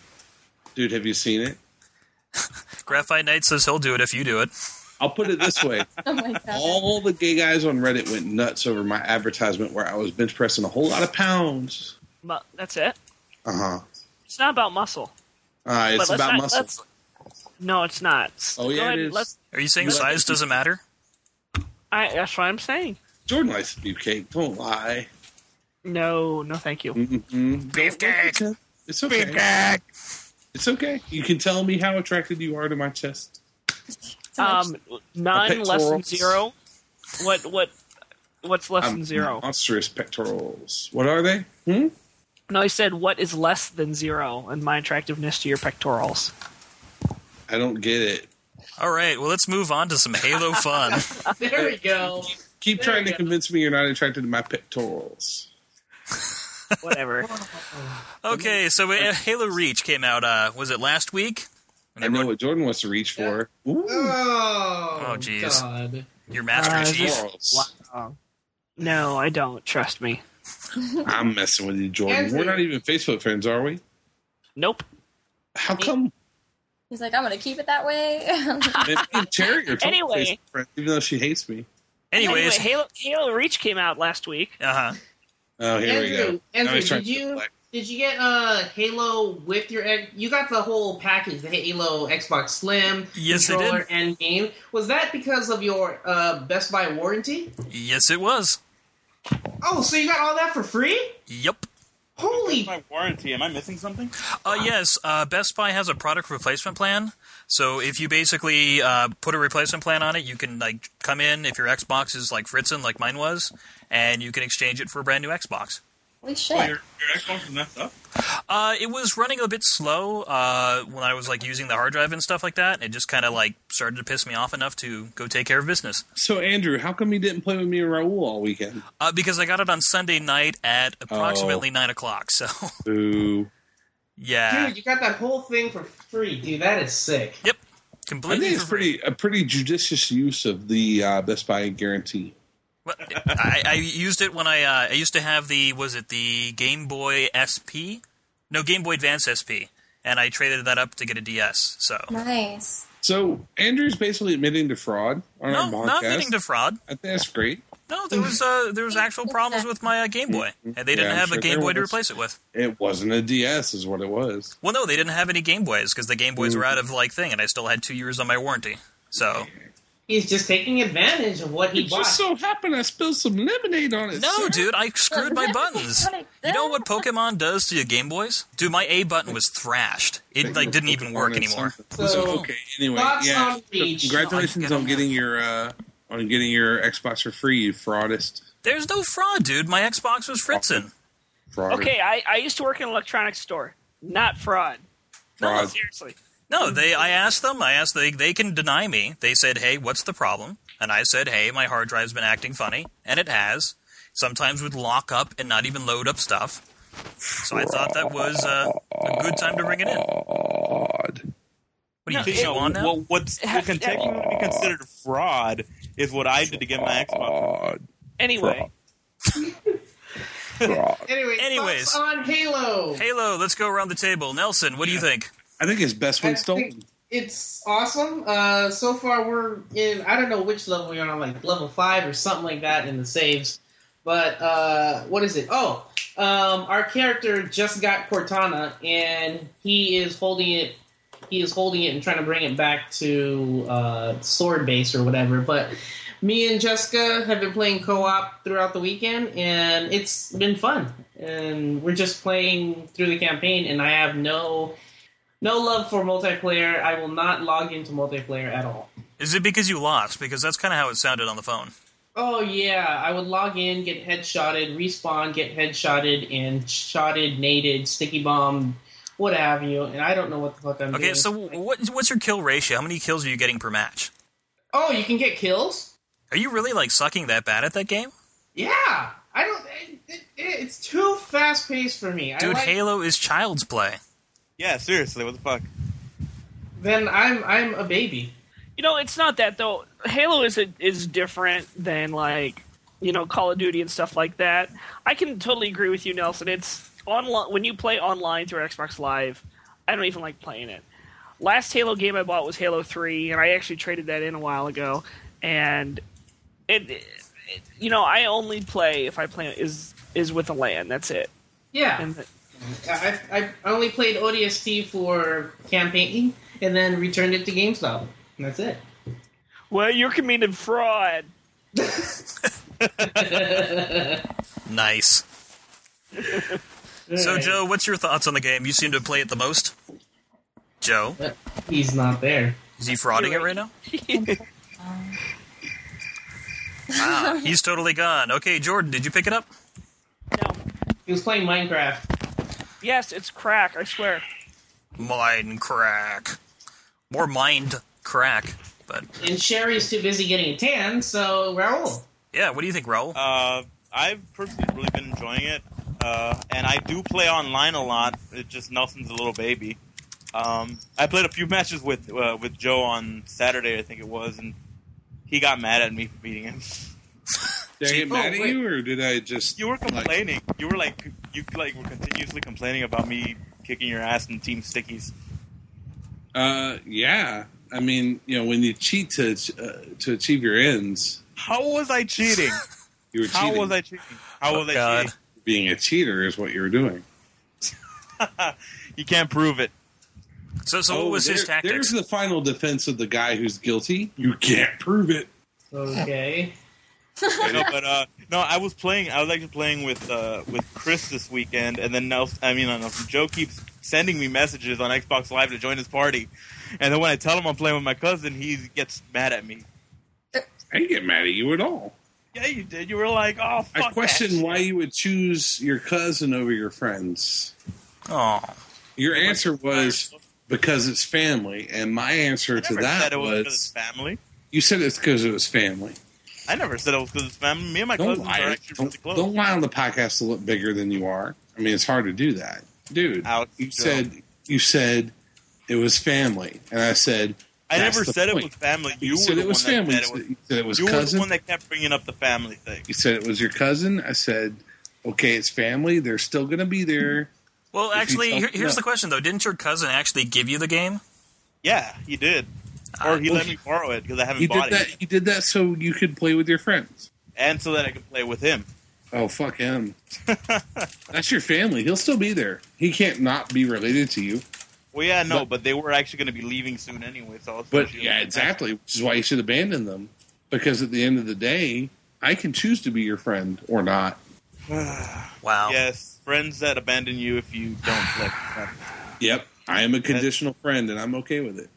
Speaker 5: Dude, have you seen it?
Speaker 3: Graphite Knight says he'll do it if you do it.
Speaker 5: I'll put it this way.
Speaker 2: Oh my god.
Speaker 3: Um,
Speaker 5: All the gay guys on Reddit went nuts over my advertisement where I was bench pressing a whole lot of pounds.
Speaker 7: Mu- that's it.
Speaker 5: Uh-huh.
Speaker 7: It's not about muscle.
Speaker 5: Uh, it's
Speaker 7: But let's
Speaker 5: about
Speaker 7: not-
Speaker 5: muscle.
Speaker 7: let's- No, it's not. S-
Speaker 5: Oh,
Speaker 7: go
Speaker 5: yeah,
Speaker 7: ahead
Speaker 5: it
Speaker 7: and
Speaker 5: is.
Speaker 7: let's-
Speaker 3: Are you saying
Speaker 5: Well,
Speaker 3: size doesn't matter?
Speaker 7: I, that's what I'm saying.
Speaker 5: Jordan likes to beef cake. Don't lie.
Speaker 7: No, no, thank you.
Speaker 5: Mm-hmm.
Speaker 3: Beefcake.
Speaker 5: It's okay. It's okay. You can tell me how attracted you are to my chest.
Speaker 2: So much-
Speaker 7: Um, none
Speaker 5: pectorals.
Speaker 7: less than zero. What? What? What's less
Speaker 5: I'm
Speaker 7: than zero?
Speaker 5: Monstrous pectorals. What are they? Hmm?
Speaker 7: No, I said what is less than zero in my attractiveness to your pectorals.
Speaker 5: I don't get it.
Speaker 3: All right, well, let's move on to some Halo fun.
Speaker 4: There we go.
Speaker 5: Keep
Speaker 7: There
Speaker 5: trying to
Speaker 7: you go.
Speaker 5: convince me you're not attracted to my pectorals.
Speaker 7: Whatever.
Speaker 3: Okay, so uh, Halo Reach came out, uh, was it last week? And
Speaker 5: I know
Speaker 3: everyone,
Speaker 5: what Jordan wants to reach for. Ooh.
Speaker 4: Oh,
Speaker 3: Oh, jeez.
Speaker 4: God.
Speaker 3: your Master
Speaker 7: Uh, is
Speaker 3: Chief.
Speaker 5: Pectorals.
Speaker 7: Wow. No, I don't. Trust me.
Speaker 5: I'm messing with you, Jordan.
Speaker 4: Andrew.
Speaker 5: We're not even Facebook friends, are we?
Speaker 7: Nope.
Speaker 5: How come
Speaker 2: He's like, I'm gonna keep it that way. (laughs)
Speaker 5: me
Speaker 3: (laughs)
Speaker 5: and Terry are totally
Speaker 7: Anyway.
Speaker 5: Facebook friends, even though she hates me?
Speaker 3: Anyways,
Speaker 7: anyway, Halo, Halo Reach came out last week.
Speaker 3: uh huh.
Speaker 5: Oh, here we go.
Speaker 4: Andrew,
Speaker 5: Now
Speaker 4: Andrew
Speaker 5: he's trying
Speaker 4: did
Speaker 5: to feel
Speaker 4: you
Speaker 5: black.
Speaker 4: did you get uh Halo with your ex- you got the whole package the Halo Xbox Slim
Speaker 3: Yes, I did.
Speaker 4: controller and game was that because of your uh, Best Buy warranty?
Speaker 3: Yes, it was.
Speaker 4: Oh, so you got all that for free?
Speaker 3: Yep.
Speaker 4: Holy
Speaker 6: My warranty. Am I missing something?
Speaker 3: Uh, yes, uh, Best Buy has a product replacement plan. So if you basically uh, put a replacement plan on it, you can like come in if your Xbox is like Fritzen, like mine was, and you can exchange it for a brand new Xbox.
Speaker 2: Holy
Speaker 6: Oh,
Speaker 2: shit.
Speaker 6: your, your Xbox is messed up.
Speaker 3: Uh, it was running a bit slow uh, when I was like using the hard drive and stuff like that. It just kind of like started to piss me off enough to go take care of business
Speaker 5: So, Andrew, how come you didn't play with me and Raul all weekend?
Speaker 3: uh, because I got it on Sunday night at approximately nine o'clock. So (laughs)
Speaker 5: Ooh.
Speaker 3: yeah,
Speaker 4: dude, you got that whole thing for free, dude. That is sick.
Speaker 3: yep,
Speaker 5: I
Speaker 3: completely
Speaker 5: think it's
Speaker 3: for free.
Speaker 5: pretty a pretty judicious use of the uh, Best Buy guarantee.
Speaker 3: Well, I, I used it when I uh, I used to have the was it the Game Boy SP? No, Game Boy Advance SP, and I traded that up to get a DS. So
Speaker 2: Nice.
Speaker 5: So Andrew's basically admitting to fraud on
Speaker 3: no,
Speaker 5: our podcast.
Speaker 3: not admitting to fraud.
Speaker 5: I think that's great.
Speaker 3: No, there was uh, there was actual problems with my uh, Game Boy, and they didn't
Speaker 5: Mm-hmm. Yeah, I'm
Speaker 3: have a
Speaker 5: sure
Speaker 3: Game
Speaker 5: there
Speaker 3: Boy to
Speaker 5: was.
Speaker 3: replace it with.
Speaker 5: It wasn't a DS, is what it was.
Speaker 3: Well, no, they didn't have any Game Boys because the Game Boys
Speaker 5: Mm-hmm.
Speaker 3: were out of like thing, and I still had two years on my warranty. So
Speaker 4: He's just taking advantage of what he
Speaker 5: It
Speaker 4: bought.
Speaker 5: just so happened I spilled some lemonade on it.
Speaker 3: no,
Speaker 5: sir.
Speaker 3: dude, I screwed
Speaker 2: (laughs)
Speaker 3: my buttons. You know what Pokemon does to your Game Boys? Dude, my A button was thrashed. It like didn't even work anymore.
Speaker 5: So,
Speaker 4: So,
Speaker 5: okay, anyway,
Speaker 4: thoughts
Speaker 5: yeah.
Speaker 4: on Reach?
Speaker 5: Congratulations
Speaker 3: No, I-
Speaker 5: on getting your uh, on getting your Xbox for free, you fraudist.
Speaker 3: There's no fraud, dude. My Xbox was Fritzen.
Speaker 5: Fraud.
Speaker 7: Okay, I, I used to work in an electronics store. Not fraud. No,
Speaker 5: Fraud.
Speaker 7: seriously.
Speaker 3: No, they. I asked them. I asked they. They can deny me. They said, "Hey, what's the problem?" And I said, "Hey, my hard drive's been acting funny, and it has. Sometimes would lock up and not even load up stuff." So I thought that was uh, a good time to bring it in. What
Speaker 5: Fraud.
Speaker 3: do you
Speaker 7: No,
Speaker 3: think?
Speaker 7: it-
Speaker 3: you on now?
Speaker 6: Well, what's
Speaker 7: It has-
Speaker 6: technically considered fraud is what I did to get my Xbox.
Speaker 5: Fraud.
Speaker 7: Anyway,
Speaker 5: Fraud.
Speaker 4: anyway,
Speaker 3: Anyways.
Speaker 4: thoughts on Halo.
Speaker 3: Halo, let's go around the table. Nelson, what do you think?
Speaker 5: I think it's best
Speaker 4: I
Speaker 5: when stolen.
Speaker 4: think It's awesome. Uh, so far, we're in, I don't know which level we're on, like level 5 or something like that in the saves. But uh, what is it? Oh, um, our character just got Cortana, and he is holding it. He is holding it and trying to bring it back to uh, Sword Base or whatever. But me and Jessica have been playing co-op throughout the weekend, and it's been fun. And we're just playing through the campaign, and I have no no love for multiplayer. I will not log into multiplayer at all.
Speaker 3: Is it because you lost? Because that's kind of how it sounded on the phone.
Speaker 4: Oh yeah, I would log in, get headshotted, respawn, get headshotted, and shotted, nated, sticky bomb, what have you, and I don't know what the fuck I'm
Speaker 3: Okay,
Speaker 4: doing.
Speaker 3: so what, what's your kill ratio? How many kills are you getting per match?
Speaker 4: oh, you can get kills.
Speaker 3: Are you really like sucking that bad at that game,
Speaker 4: Yeah, I don't. It, it, it's too fast paced for me. I
Speaker 3: dude?
Speaker 4: like,
Speaker 3: Halo is child's play.
Speaker 6: Yeah, seriously, what the fuck?
Speaker 4: then I'm I'm a baby.
Speaker 7: you know it's not that though. Halo is a, is different than like you know, Call of Duty and stuff like that. I can totally agree with you, Nelson. It's online when you play online through Xbox Live. I don't even like playing it. Last Halo game I bought was Halo Three, and I actually traded that in a while ago. And it, it you know, I only play if I play is is with a LAN. That's it.
Speaker 4: Yeah.
Speaker 7: And
Speaker 4: I, I, I only played ODST for campaigning and then returned it to GameStop. And that's it. (laughs)
Speaker 7: well, you're committing fraud.
Speaker 3: Nice. So, Joe, what's your thoughts on the game? You seem to play it the most. Joe,
Speaker 4: He's not there.
Speaker 3: is he frauding it
Speaker 7: You're
Speaker 3: right now? Wow, Ah, he's totally gone. Okay, Jordan, did you pick it up?
Speaker 7: No.
Speaker 4: He was playing Minecraft.
Speaker 7: Yes, it's crack. I swear.
Speaker 3: Mind crack. More mind crack. But
Speaker 4: And Sherry's too busy getting a tan, so Raul.
Speaker 3: yeah, what do you think, Raul?
Speaker 6: Uh, I've personally really been enjoying it, uh, and I do play online a lot. It just Nelson's a little baby. Um, I played a few (laughs) matches with uh, with Joe on Saturday, I think it was, and he got mad at me for beating him. (laughs)
Speaker 5: Did I get
Speaker 6: Oh,
Speaker 5: mad at
Speaker 6: wait.
Speaker 5: you, or did I just?
Speaker 6: You were complaining. You were like you like were continuously complaining about me kicking your ass in team stickies.
Speaker 5: Uh, yeah. I mean, you know, when you cheat to uh, to achieve your ends,
Speaker 6: How was I cheating?
Speaker 5: you were
Speaker 6: How
Speaker 5: cheating.
Speaker 6: was I cheating? How was I
Speaker 3: God.
Speaker 6: cheating?
Speaker 5: Being a cheater is what you were doing.
Speaker 6: You can't prove it.
Speaker 3: So, so
Speaker 5: Oh,
Speaker 3: what was his
Speaker 5: there- There's
Speaker 3: tactics?
Speaker 5: the final defense of the guy who's guilty. You can't prove it.
Speaker 4: Okay.
Speaker 5: (laughs)
Speaker 6: no, but uh, no, I was playing. I was actually playing with uh, with Chris this weekend, and then Nelson, I mean, I know, Joe keeps sending me messages on Xbox Live to join his party, and then when I tell him I'm playing with my cousin, he gets mad at me.
Speaker 5: I didn't get mad at you at all.
Speaker 6: Yeah, you did. You were like, oh, fuck
Speaker 5: I question
Speaker 6: that
Speaker 5: why
Speaker 6: shit."
Speaker 5: you would choose your cousin over your friends.
Speaker 3: Oh,
Speaker 5: Your answer was because it's family, and my answer
Speaker 6: I
Speaker 5: to
Speaker 6: never
Speaker 5: that
Speaker 6: said it was,
Speaker 5: was,
Speaker 6: because it's family.
Speaker 5: you said it's because it was family.
Speaker 6: I never said it was because it's family. Me and my
Speaker 5: Don't
Speaker 6: cousins are
Speaker 5: lie.
Speaker 6: actually really
Speaker 5: Don't,
Speaker 6: close.
Speaker 5: don't lie on the podcast to look bigger than you are. I mean, it's hard to do that, dude.
Speaker 6: Ouch,
Speaker 5: you
Speaker 6: Joe.
Speaker 5: said you said it was family, and I said
Speaker 6: I
Speaker 5: that's
Speaker 6: never
Speaker 5: the
Speaker 6: said
Speaker 5: point.
Speaker 6: it was family.
Speaker 5: You,
Speaker 6: You, were
Speaker 5: said
Speaker 6: the
Speaker 5: it was
Speaker 6: one that
Speaker 5: family.
Speaker 6: said it
Speaker 5: You
Speaker 6: was-
Speaker 5: said- you said it was
Speaker 6: you were the
Speaker 5: cousin.
Speaker 6: one that kept bringing up the family thing.
Speaker 5: you said it was your cousin. I said, okay, it's family. They're still going to be there.
Speaker 3: well,
Speaker 5: he
Speaker 3: actually,
Speaker 5: felt-
Speaker 3: here, here's
Speaker 5: yeah.
Speaker 3: the question though. Didn't your cousin actually give you the game?
Speaker 6: Yeah, he did. Or he
Speaker 5: well,
Speaker 6: let
Speaker 5: he-
Speaker 6: me borrow it because I haven't
Speaker 5: You
Speaker 6: bought
Speaker 5: did
Speaker 6: it.
Speaker 5: that. You did that so you could play with your friends.
Speaker 6: and so that I could play with him.
Speaker 5: Oh fuck him. That's your family. He'll still be there. He can't not be related to you.
Speaker 6: Well, yeah, no, but, they were actually going to be leaving soon anyway, so I was
Speaker 5: But
Speaker 6: thinking-
Speaker 5: yeah, exactly. Which is why you should abandon them. Because at the end of the day, I can choose to be your friend or not.
Speaker 3: Wow.
Speaker 6: Yes, friends that abandon you if you don't play.
Speaker 5: Yep. I am a conditional friend and I'm okay with it.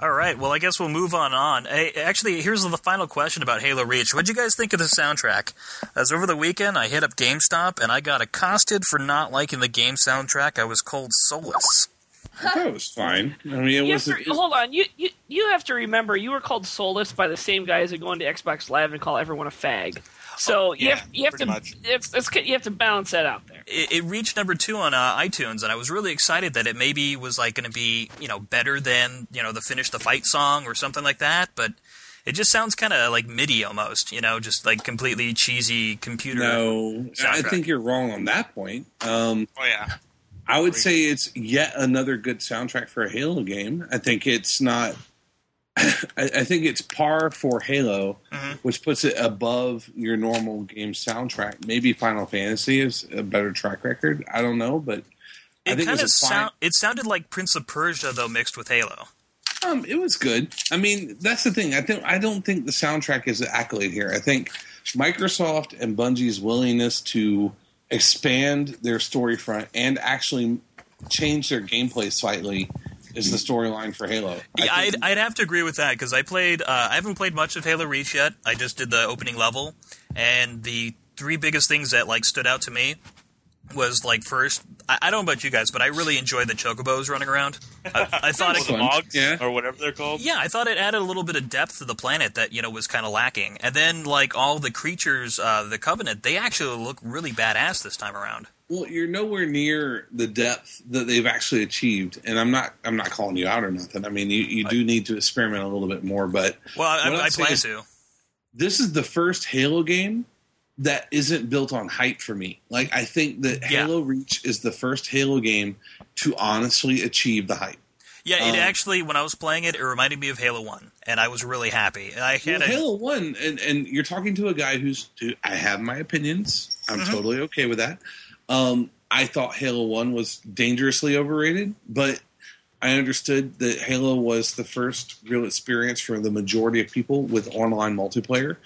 Speaker 3: All right. Well, I guess we'll move on. On Hey, actually, here's the final question about Halo Reach. What'd you guys think of the soundtrack? As over the weekend, I hit up GameStop and I got accosted for not liking the game soundtrack. I was called soulless.
Speaker 5: I thought it was fine. I mean, it
Speaker 7: You have
Speaker 5: was.
Speaker 7: to, hold on. You, you you have to remember you were called soulless by the same guys that go into Xbox Live and call everyone a fag. So you
Speaker 6: yeah,
Speaker 7: have you have
Speaker 6: pretty
Speaker 7: to
Speaker 6: much.
Speaker 7: It's, it's, you have to balance that out there.
Speaker 3: It, it reached number two on uh, iTunes, and I was really excited that it maybe was like going to be you know better than you know the finish the fight song or something like that, but. It just sounds kind of like MIDI almost, you know, just like completely cheesy computer.
Speaker 5: No, I
Speaker 3: Soundtrack.
Speaker 5: think you're wrong on that point. Um,
Speaker 6: (sighs) Oh yeah,
Speaker 5: I would say it's yet another good soundtrack for a Halo game. I think it's not. (laughs) I, I think it's par for Halo,
Speaker 3: Mm-hmm.
Speaker 5: which puts it above your normal game soundtrack. Maybe Final Fantasy is a better track record. I don't know, but I
Speaker 3: It
Speaker 5: think it
Speaker 3: kind
Speaker 5: was
Speaker 3: of
Speaker 5: a fine.
Speaker 3: sound. It sounded like Prince of Persia though, mixed with Halo.
Speaker 5: Um, it was good. I mean, that's the thing. I think I don't think the soundtrack is the accolade here. I think Microsoft and Bungie's willingness to expand their story front and actually change their gameplay slightly is the storyline for Halo. I
Speaker 3: Yeah, I'd,
Speaker 5: think-
Speaker 3: I'd have to agree with that because I played. Uh, I haven't played much of Halo Reach yet. I just did the opening level, and the three biggest things that like stood out to me was like first. I, I don't know about you guys, but I really enjoyed the chocobos running around. I, I thought
Speaker 6: Or the
Speaker 3: it.
Speaker 5: Excellent.
Speaker 6: mogs,
Speaker 5: Yeah.
Speaker 6: or whatever they're called.
Speaker 3: Yeah, I thought it added a little bit of depth to the planet that you know was kind of lacking. And then like all the creatures, uh, the Covenant, they actually look really badass this time around.
Speaker 5: well, you're nowhere near the depth that they've actually achieved, and I'm not. I'm not calling you out or nothing. I mean, you, you do need to experiment a little bit more, but
Speaker 3: Well, I,
Speaker 5: What
Speaker 3: I,
Speaker 5: I'm
Speaker 3: I plan
Speaker 5: saying is-
Speaker 3: to.
Speaker 5: this is the first Halo game that isn't built on hype for me. Like I think that
Speaker 3: Yeah.
Speaker 5: Halo Reach is the first Halo game to honestly achieve the hype.
Speaker 3: Yeah, it
Speaker 5: Um,
Speaker 3: actually, when I was playing it, it reminded me of Halo One, and I was really happy. And I had
Speaker 5: Well,
Speaker 3: a,
Speaker 5: Halo One, and, and you're talking to a guy who's. Dude, I have my opinions. I'm
Speaker 3: Mm-hmm.
Speaker 5: totally okay with that. Um, I thought Halo One was dangerously overrated, but I understood that Halo was the first real experience for the majority of people with online multiplayer.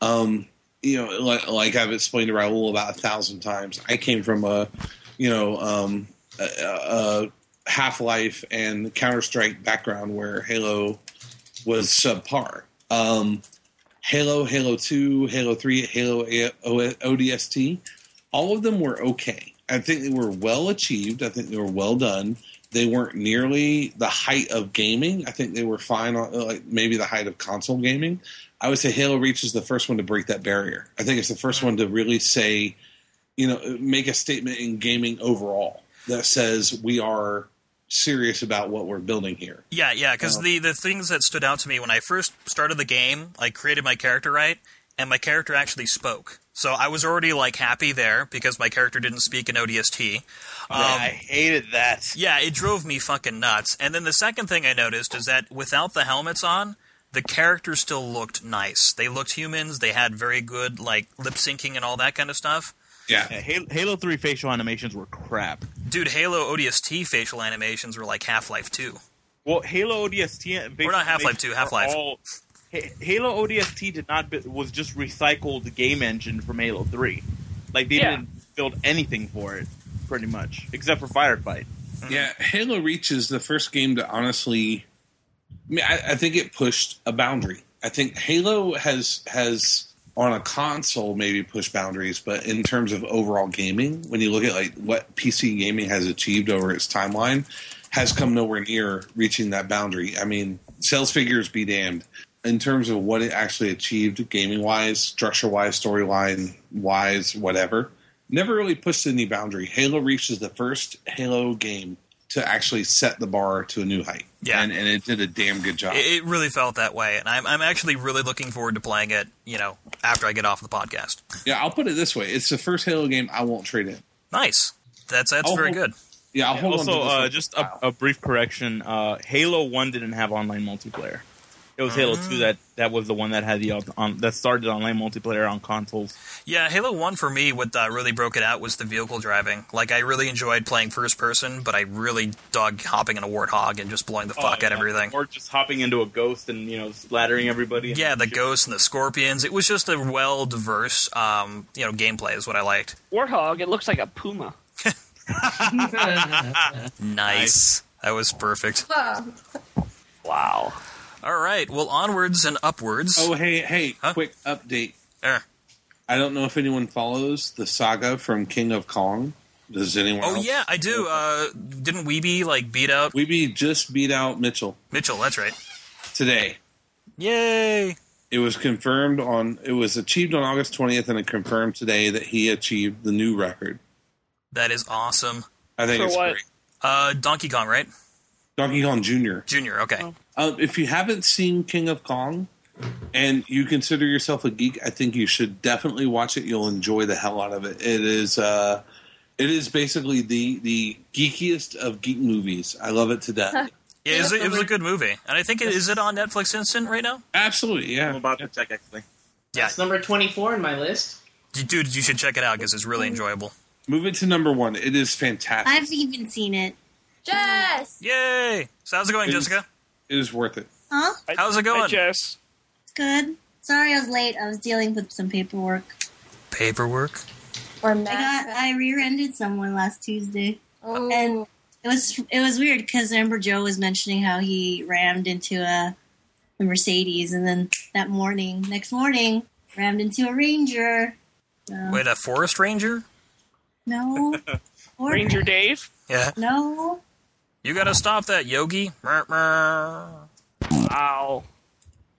Speaker 5: Um, you know, like, like I've explained to Raul about a thousand times, I came from a, you know, um, a, a, a Half Life and Counter Strike background where Halo was subpar. Um, Halo, Halo 2, Halo 3, Halo A- O- ODST, all of them were okay. I think they were well achieved. I think they were well done. They weren't nearly the height of gaming. I think they were fine, on, uh, like maybe the height of console gaming. I would say Halo Reach is the first one to break that barrier. I think it's the first one to really say, you know, make a statement in gaming overall that says we are serious about what we're building here.
Speaker 3: Yeah, yeah, because
Speaker 5: Oh.
Speaker 3: the, the things that stood out to me when I first started the game, I created my character right, and my character actually spoke. So I was already like happy there because my character didn't speak in ODST.
Speaker 6: Yeah, Ah, I hated that.
Speaker 3: Um, Yeah, it drove me fucking nuts. And then the second thing I noticed is that without the helmets on, the characters still looked nice. They looked humans. They had very good like lip syncing and all that kind of stuff.
Speaker 5: Yeah.
Speaker 6: Yeah, Halo, Halo 3 facial animations were crap.
Speaker 3: Dude, Halo ODST facial animations were like Half Life Two.
Speaker 6: Well, Halo ODST. and
Speaker 3: We're not Half-Life 2,
Speaker 6: are
Speaker 3: Half-Life.
Speaker 6: all- Ha- Halo ODST did not be- was just recycled game engine from Halo 3. Like they
Speaker 7: Yeah.
Speaker 6: didn't build anything for it, pretty much, except for Firefight.
Speaker 5: Mm-hmm. Yeah, Halo Reach is the first game to honestly. I mean, I, I think it pushed a boundary. I think Halo has has on a console maybe pushed boundaries, but in terms of overall gaming, when you look at like what PC gaming has achieved over its timeline, has come nowhere near reaching that boundary. I mean, sales figures be damned. In terms of what it actually achieved, gaming wise, structure wise, storyline wise, whatever, never really pushed any boundary. Halo Reach is the first Halo game to actually set the bar to a new height.
Speaker 3: Yeah.
Speaker 5: And, and it did a damn good job.
Speaker 3: It, it really felt that way, and I'm I'm actually really looking forward to playing it. You know, after I get off the podcast.
Speaker 5: yeah, I'll put it this way it's the first Halo game I won't trade in.
Speaker 3: Nice. That's that's
Speaker 5: Oh,
Speaker 3: very
Speaker 5: hold-
Speaker 3: good.
Speaker 5: Yeah, I'll hold on
Speaker 6: also,
Speaker 5: to this
Speaker 6: uh,
Speaker 5: one.
Speaker 6: just a, a brief correction: uh, Halo One didn't have online multiplayer. It was Halo Two that that was the one that had the op- on, that started online multiplayer on consoles.
Speaker 3: Yeah, Halo One for me, what uh, really broke it out was the vehicle driving. Like I really enjoyed playing first person, but I really dug hopping in a warthog and just blowing the fuck
Speaker 6: Oh,
Speaker 3: out
Speaker 6: yeah.
Speaker 3: everything.
Speaker 6: or just hopping into a ghost and you know splattering everybody. and
Speaker 3: Yeah, the
Speaker 6: shit.
Speaker 3: ghosts and the scorpions. It was just a well diverse, um, you know, gameplay is what I liked.
Speaker 7: Warthog, it looks like a puma.
Speaker 3: Nice. That was perfect.
Speaker 2: Oh,
Speaker 7: Wow.
Speaker 3: All right. Well, onwards and upwards.
Speaker 5: Oh, hey, hey,
Speaker 3: Huh?
Speaker 5: quick update.
Speaker 3: Er.
Speaker 5: I don't know if anyone follows the saga from King of Kong. Does anyone?
Speaker 3: Oh
Speaker 5: else?
Speaker 3: yeah, I do. Uh, didn't Weeby like beat up
Speaker 5: We be just beat out Mitchell
Speaker 3: Mitchell? That's right.
Speaker 5: today.
Speaker 3: Yay!
Speaker 5: It was confirmed on. It was achieved on August twentieth, and it confirmed today that he achieved the new record.
Speaker 3: That is awesome.
Speaker 5: I think
Speaker 7: For
Speaker 5: it's
Speaker 7: what?
Speaker 5: great.
Speaker 3: Uh, Donkey Kong, right?
Speaker 5: Donkey Kong Junior.
Speaker 3: Junior. Okay.
Speaker 7: Oh.
Speaker 5: Um, if you haven't seen King of Kong and you consider yourself a geek, I think you should definitely watch it. You'll enjoy the hell out of it. It is uh, it is basically the the geekiest of geek movies. I love it to
Speaker 7: (laughs)
Speaker 5: death.
Speaker 3: Yeah, it was, a- it was a good movie, and I think it, is it on Netflix Instant right now?
Speaker 5: Absolutely,
Speaker 6: I'm
Speaker 5: yeah.
Speaker 6: about to check actually.
Speaker 3: Yeah,
Speaker 4: It's (laughs) number 24 in my list.
Speaker 3: You- dude, you should check it out because it's really enjoyable.
Speaker 5: Move it to number one. It is fantastic.
Speaker 8: I've even seen it.
Speaker 2: Jess.
Speaker 3: Yay! So how's it going,
Speaker 5: It is-
Speaker 3: Jessica?
Speaker 5: It is worth it.
Speaker 8: Huh?
Speaker 7: I-
Speaker 3: How's it going?
Speaker 7: I just,
Speaker 8: It's good. Sorry I was late. I was dealing with some paperwork.
Speaker 3: Paperwork.
Speaker 2: Or
Speaker 8: I got
Speaker 2: Matt.
Speaker 8: I rear-ended someone last Tuesday.
Speaker 2: Oh.
Speaker 8: and- It was it was weird because I remember Joe was mentioning how he rammed into a, a Mercedes, and then that morning, next morning, rammed into a Ranger. So,
Speaker 3: Wait, a forest ranger? (laughs)
Speaker 8: No, or,
Speaker 7: Ranger Dave.
Speaker 3: Yeah.
Speaker 8: No,
Speaker 3: You gotta stop that, Yogi. Mer- mer.
Speaker 7: Wow.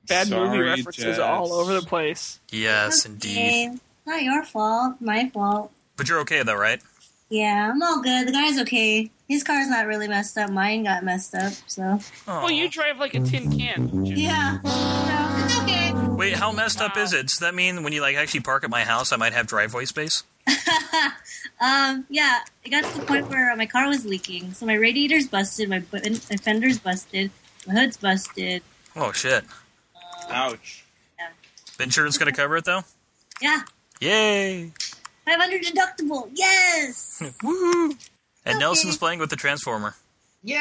Speaker 7: Bad movie
Speaker 5: Sorry,
Speaker 7: references
Speaker 5: Jess.
Speaker 7: all over the place.
Speaker 3: Yes, indeed.
Speaker 8: okay. Not your fault. My fault.
Speaker 3: But you're okay though, right?
Speaker 8: Yeah, I'm all good. The guy's okay. His car's not really messed up. Mine got messed up, so
Speaker 3: Oh.
Speaker 7: Well, you drive like a tin can. don't you?
Speaker 8: yeah. So it's okay. (laughs)
Speaker 3: Wait, how messed up is it? Does that mean when you like actually park at my house, I might have driveway space?
Speaker 8: um, yeah, it got to the point where my car was leaking, so my radiator's busted, my, bu- my fender's busted, my hood's busted. Um,
Speaker 3: Oh shit!
Speaker 6: Ouch.
Speaker 3: The insurance gonna cover it though?
Speaker 8: Yeah,
Speaker 3: Yay!
Speaker 8: 500 deductible. Yes.
Speaker 3: Woo! And
Speaker 8: Okay.
Speaker 3: Nelson's playing with the transformer.
Speaker 4: Yay!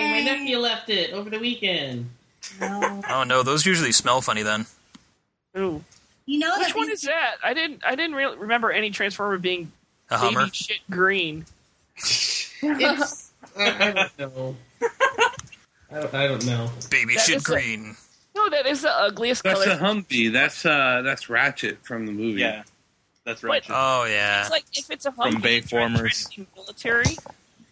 Speaker 4: My
Speaker 8: Yay.
Speaker 4: nephew left it over the weekend.
Speaker 8: No.
Speaker 3: Oh no, those usually smell funny then.
Speaker 7: Ooh.
Speaker 8: You know
Speaker 7: Which
Speaker 8: that
Speaker 7: one
Speaker 8: these-
Speaker 7: is that? I didn't. I didn't really remember any Transformer being
Speaker 3: A Hummer.
Speaker 7: baby shit green.
Speaker 4: It's, (laughs) I, I don't know. I don't, I don't know.
Speaker 3: Baby
Speaker 7: That
Speaker 3: shit
Speaker 7: is a-
Speaker 3: green.
Speaker 7: No, that is the ugliest
Speaker 5: That's
Speaker 7: color.
Speaker 5: a Humvee. That's uh, that's Ratchet from the movie.
Speaker 6: Yeah. That's
Speaker 7: What?
Speaker 6: right.
Speaker 3: Oh yeah.
Speaker 7: It's like if it's a Humvee
Speaker 6: From Bayformers.
Speaker 7: it's military.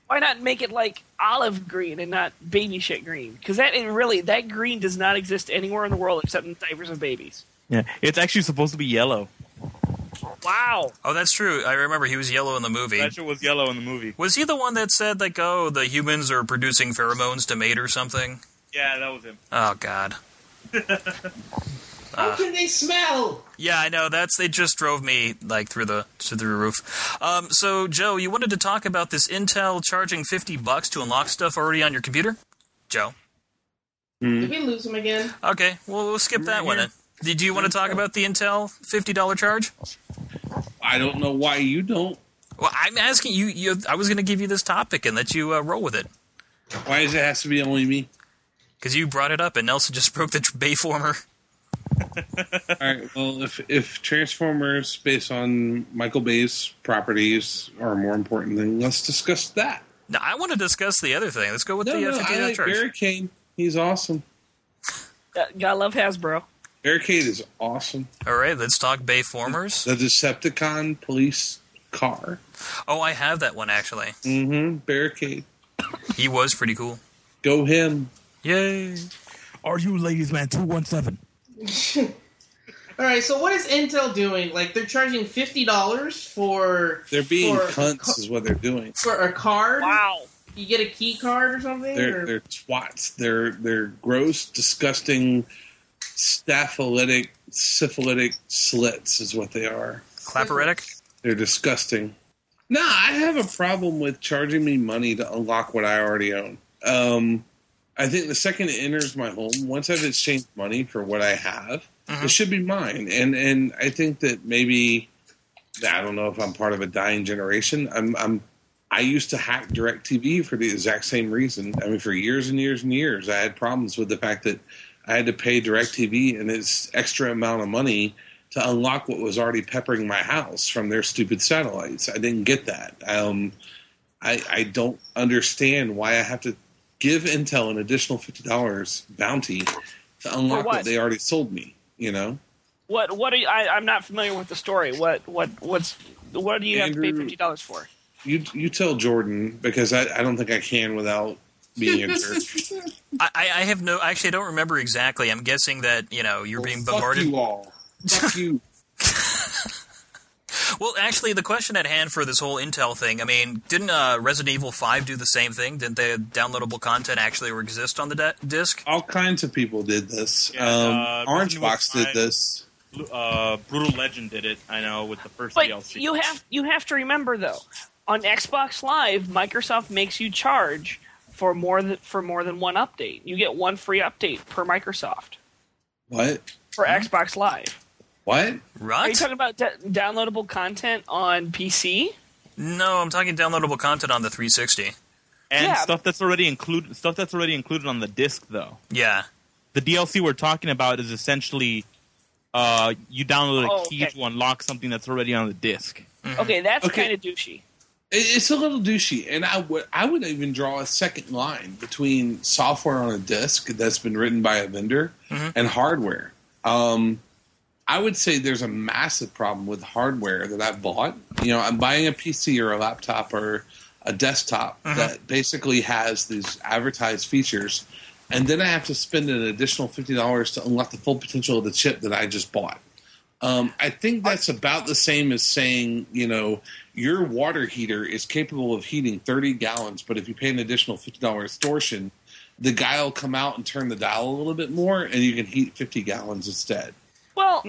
Speaker 7: Why not make it like olive green and not baby shit green? Because that it really that green does not exist anywhere in the world except in diapers of babies.
Speaker 6: yeah. It's actually supposed to be yellow.
Speaker 7: Wow.
Speaker 3: Oh, that's true. I remember he was yellow in the movie.
Speaker 6: Ratchet was yellow in the movie.
Speaker 3: Was he the one that said like, "Oh, the humans are producing pheromones to mate or something"?
Speaker 6: Yeah, that was him.
Speaker 3: Oh God.
Speaker 5: Ah.
Speaker 4: How can they smell?
Speaker 3: Yeah, I know. That's they just drove me like through the through the roof. Um, so Joe, you wanted to talk about this Intel charging fifty bucks to unlock stuff already on your computer, Joe?
Speaker 5: Hmm.
Speaker 4: Did we lose him again? (laughs)
Speaker 3: Okay, well we'll skip that one. Then. Did you want to talk about the Intel fifty dollar charge?
Speaker 5: I don't know why you don't.
Speaker 3: Well, I'm asking you. you I was going to give you this topic and let you uh, roll with it
Speaker 5: Why does it has to be only me?
Speaker 3: because you brought it up and Nelson just (laughs) broke the tr- Bayformer.
Speaker 5: All right. Well, if if Transformers based on Michael Bay's properties are more important, then let's discuss that.
Speaker 3: No, I want to discuss the other thing. Let's go with
Speaker 5: No,
Speaker 3: the uh,
Speaker 5: no,
Speaker 3: fifty
Speaker 5: I
Speaker 3: dollar
Speaker 5: like
Speaker 3: charge.
Speaker 5: Barricade. He's awesome.
Speaker 7: Uh, gotta love Hasbro.
Speaker 5: Barricade is awesome.
Speaker 3: All right, let's talk Bayformers.
Speaker 5: The Decepticon police car.
Speaker 3: Oh, I have that one actually.
Speaker 5: Mm-hmm. Barricade.
Speaker 3: He was pretty cool.
Speaker 5: Go him.
Speaker 3: Yay!
Speaker 9: Are you ladies man 217?
Speaker 4: All right. So what is Intel doing? Like they're charging fifty dollars for
Speaker 5: They're being
Speaker 4: for,
Speaker 5: cunts, is what they're doing.
Speaker 4: for a card.
Speaker 7: Wow.
Speaker 4: You get a key card or something.
Speaker 5: They're
Speaker 4: or-
Speaker 5: they're twats. They're they're gross, disgusting, staphylitics, syphilitic slits is what they are.
Speaker 3: Clapperetic.
Speaker 5: They're disgusting. No, I have a problem with charging me money to unlock what I already own. Um, I think the second it enters my home, once I've exchanged money for what I have, it should be mine. And and I think that maybe I don't know if I'm part of a dying generation. I'm I'm I used to hack DirecTV for the exact same reason. I mean, for years and years and years, I had problems with the fact that I had to pay DirecTV and its extra amount of money to unlock what was already peppering my house from their stupid satellites. I didn't get that. Um, I, I don't understand why I have to give Intel an additional fifty dollars bounty to unlock
Speaker 7: what?
Speaker 5: what they already sold me. You know,
Speaker 7: What? What? Are you, I, I'm not familiar with the story. What? What? What's? What do you have to pay
Speaker 5: Andrew-
Speaker 7: fifty dollars for?
Speaker 5: you you tell Jordan because I, I don't think I can without
Speaker 6: (laughs)
Speaker 5: being a jerk.
Speaker 3: I, I I have no. Actually, I don't remember exactly. I'm guessing that you know you're being bombarded.
Speaker 5: Fuck you all. Fuck you.
Speaker 3: Well, actually, the question at hand for this whole Intel thing. I mean, didn't uh, Resident Evil Five do the same thing? Didn't the downloadable content actually exist on the de- disc?
Speaker 5: All kinds of people did this.
Speaker 6: Yeah,
Speaker 5: um,
Speaker 6: uh,
Speaker 5: Orange
Speaker 6: Resident Evil
Speaker 5: Box did
Speaker 6: five.
Speaker 5: this.
Speaker 6: Uh, Brutal Legend did it. I know with the first
Speaker 7: But
Speaker 6: DLC.
Speaker 7: you have you have to remember though, on Xbox Live, Microsoft makes you charge for more than for more than one update. You get one free update per Microsoft
Speaker 5: What?
Speaker 7: for Xbox Live.
Speaker 5: Mm-hmm. What?
Speaker 7: Are you
Speaker 3: Right?
Speaker 7: talking about d- downloadable content on PC?
Speaker 3: no, I'm talking downloadable content on the 360.
Speaker 6: and
Speaker 7: yeah.
Speaker 6: stuff that's already included. Stuff that's already included on the disc, though.
Speaker 3: Yeah.
Speaker 6: The DLC we're talking about is essentially uh, you download a
Speaker 7: Oh,
Speaker 6: key
Speaker 7: okay.
Speaker 6: to unlock something that's already on the disc.
Speaker 7: Okay, that's
Speaker 5: Mm-hmm. Okay.
Speaker 7: kind of douchey.
Speaker 5: It- It's a little douchey, and I would I would even draw a second line between software on a disk that's been written by a vendor and hardware. Um, I would say there's a massive problem with hardware that I've bought. You know, I'm buying a PC or a laptop or a desktop that basically has these advertised features, and then I have to spend an additional fifty dollars to unlock the full potential of the chip that I just bought. Um, I think that's about the same as saying, you know, your water heater is capable of heating 30 gallons, but if you pay an additional $50 extortion, the guy will come out and turn the dial a little bit more, and you can heat 50 gallons instead.
Speaker 7: Well,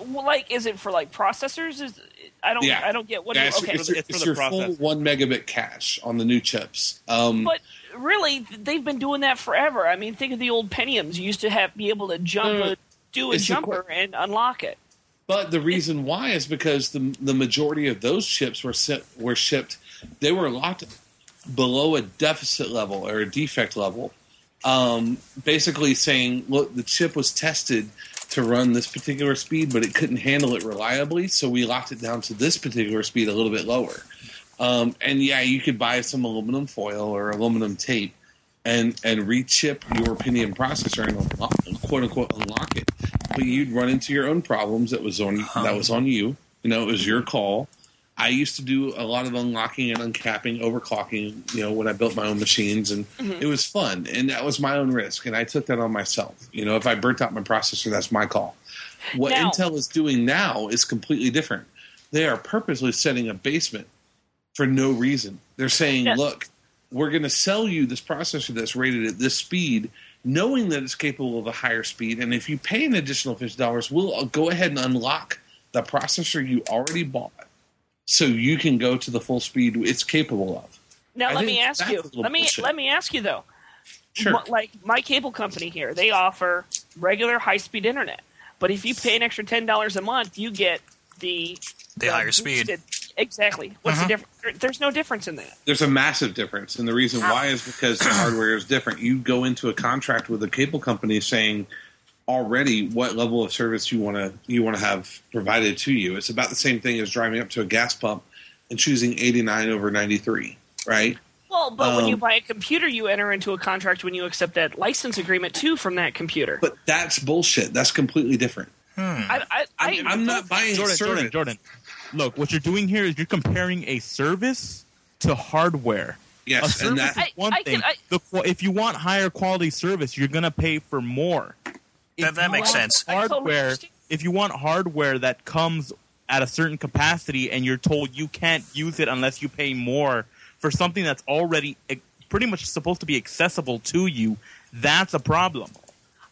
Speaker 7: well, like, is it for like processors? Is I don't,
Speaker 5: Hmm. Yeah.
Speaker 7: I don't get what.
Speaker 5: Yeah,
Speaker 7: do you-
Speaker 5: it's,
Speaker 7: okay,
Speaker 5: it's,
Speaker 6: It's for
Speaker 5: it's
Speaker 6: the
Speaker 5: your full
Speaker 6: process.
Speaker 5: one megabit cache on the new chips. Um,
Speaker 7: But really, they've been doing that forever. I mean, think of the old Pentiums. You used to have be able to jump,
Speaker 5: Mm.
Speaker 7: a, do a
Speaker 5: It's the
Speaker 7: jumper and unlock it.
Speaker 5: But the reason why is because the the majority of those chips were sent, were shipped. They were locked below a deficit level or a defect level, um, basically saying, "Look, the chip was tested to run this particular speed, but it couldn't handle it reliably, so we locked it down to this particular speed a little bit lower." Um, and yeah, you could buy some aluminum foil or aluminum tape and and rechip your Pentium processor and unlock, quote unquote unlock it. But you'd run into your own problems. That was on that was on you. You know, it was your call. I used to do a lot of unlocking and uncapping, overclocking. You know, when I built my own machines, and it was fun. And that was my own risk, and I took that on myself. You know, if I burnt out my processor, that's my call. What
Speaker 7: Now-
Speaker 5: Intel is doing now is completely different. They are purposely setting a basement for no reason. They're saying,
Speaker 7: Yes.
Speaker 5: look, we're going to sell you this processor that's rated at this speed, knowing that it's capable of a higher speed. And if you pay an additional $50, we'll uh, go ahead and unlock the processor you already bought so you can go to the full speed it's capable of.
Speaker 7: Now,
Speaker 5: I
Speaker 7: let
Speaker 5: think
Speaker 7: me ask
Speaker 5: that's
Speaker 7: you.
Speaker 5: a little
Speaker 7: Let me
Speaker 5: bullshit.
Speaker 7: let me ask you though.
Speaker 5: Sure.
Speaker 7: Mo- like my cable company here, they offer regular high speed internet, but if you pay an extra ten dollars a month, you get the uh,
Speaker 3: The higher speed.
Speaker 7: boosted- Exactly. What's
Speaker 5: Mm-hmm.
Speaker 7: the difference? There, there's no difference in that.
Speaker 5: There's a massive difference. And the reason why is because the hardware is different. You go into a contract with a cable company saying, already what level of service you want to you want to have provided to you. It's about the same thing as driving up to a gas pump and choosing 89 over 93, right?
Speaker 7: Well, but when you
Speaker 5: Um,
Speaker 7: buy a computer, you enter into a contract when you accept that license agreement too from that computer.
Speaker 5: But that's bullshit. That's completely different.
Speaker 3: Hmm.
Speaker 7: I, I, I,
Speaker 5: I'm, I'm not buying
Speaker 9: Jordan,
Speaker 5: a service.
Speaker 9: Jordan, Jordan. Look, what you're doing here is you're comparing a service to hardware. A
Speaker 5: Yes, and
Speaker 9: service
Speaker 5: that
Speaker 9: is one
Speaker 7: I- I
Speaker 9: thing.
Speaker 7: can- I-
Speaker 9: The qu- if you want higher quality service, you're going to pay for more. If
Speaker 3: That- that
Speaker 9: you
Speaker 3: makes
Speaker 9: want
Speaker 3: sense.
Speaker 7: I totally
Speaker 9: Hardware.
Speaker 7: understand.
Speaker 9: If you want hardware that comes at a certain capacity, and you're told you can't use it unless you pay more for something that's already eh, pretty much supposed to be accessible to you, that's a problem.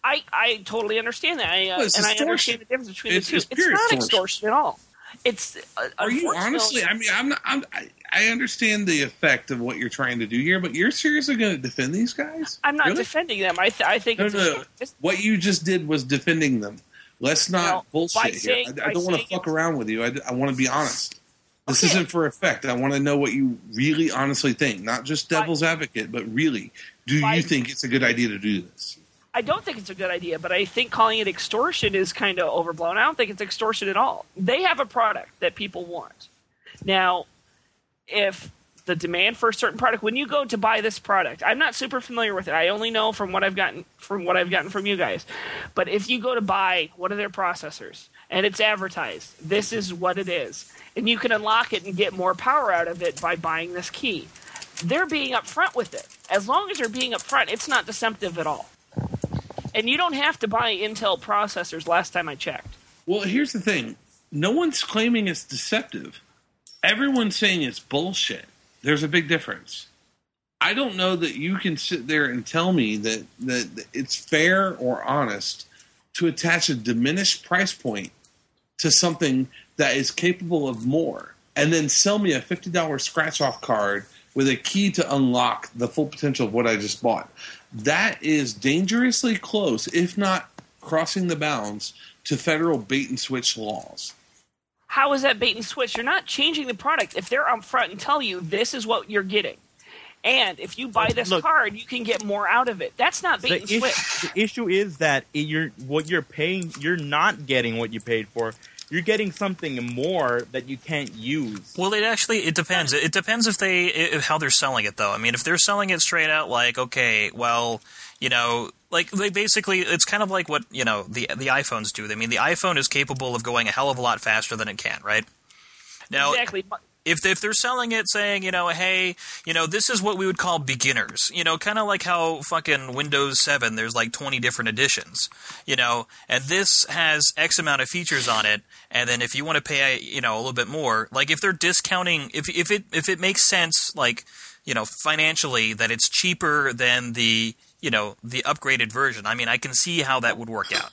Speaker 7: I, I totally understand that, I, uh,
Speaker 5: Well, it's
Speaker 7: and I
Speaker 5: distortion.
Speaker 7: understand the difference between
Speaker 5: It's-
Speaker 7: the two.
Speaker 5: it's
Speaker 7: It's,
Speaker 5: pure
Speaker 7: not
Speaker 5: distortion.
Speaker 7: extortion at all. It's uh,
Speaker 5: Are you
Speaker 7: unfortunately-
Speaker 5: honestly? I mean, I'm not. I'm, I, I understand the effect of what you're trying to do here, but you're seriously going to defend these guys?
Speaker 7: I'm not
Speaker 5: Really?
Speaker 7: defending them. I, th- I think
Speaker 5: No,
Speaker 7: it's,
Speaker 5: no.
Speaker 7: it's-
Speaker 5: What you just did was defending them. Let's not
Speaker 7: No, by
Speaker 5: bullshit here.
Speaker 7: saying-
Speaker 5: I, I
Speaker 7: by
Speaker 5: don't want to
Speaker 7: saying
Speaker 5: fuck
Speaker 7: it's-
Speaker 5: around with you. I, want to be honest. This
Speaker 7: Okay.
Speaker 5: isn't for effect. I want to know what you really honestly think, not just
Speaker 7: By-
Speaker 5: devil's advocate, but really, do
Speaker 7: By-
Speaker 5: you think it's a good idea to do this?
Speaker 7: I don't think it's a good idea, but I think calling it extortion is kind of overblown. I don't think it's extortion at all. They have a product that people want. Now, if the demand for a certain product, when you go to buy this product, I'm not super familiar with it. I only know from what I've gotten from what I've gotten from you guys. But if you go to buy one of their processors and it's advertised, this is what it is, and you can unlock it and get more power out of it by buying this key. They're being upfront with it. As long as they're being upfront, it's not deceptive at all. And you don't have to buy Intel processors last time I checked.
Speaker 5: Well, here's the thing no one's claiming it's deceptive, everyone's saying it's bullshit. There's a big difference. I don't know that you can sit there and tell me that, that it's fair or honest to attach a diminished price point to something that is capable of more and then sell me a $50 scratch off card with a key to unlock the full potential of what I just bought. That is dangerously close, if not crossing the bounds, to federal bait and switch laws.
Speaker 7: How is that bait and switch? You're not changing the product if they're upfront and tell you this is what you're getting. And if you buy this
Speaker 9: Look-
Speaker 7: card, you can get more out of it. That's not bait
Speaker 9: the,
Speaker 7: and
Speaker 9: issue,
Speaker 7: switch.
Speaker 9: the issue is that it, you're what you're paying. You're not getting what you paid for. You're getting something more that you can't use.
Speaker 3: Well, it actually it depends. It depends if they if how they're selling it though. I mean, if they're selling it straight out, like okay, well, you know, like they basically it's kind of like what you know the the iPhones do. I mean, the iPhone is capable of going a hell of a lot faster than it can, right? Now,
Speaker 7: exactly.
Speaker 3: if if they're selling it saying you know hey you know this is what we would call beginners you know kind of like how fucking windows 7 there's like 20 different editions you know and this has x amount of features on it and then if you want to pay you know a little bit more like if they're discounting if if it if it makes sense like you know financially that it's cheaper than the you know the upgraded version i mean i can see how that would work out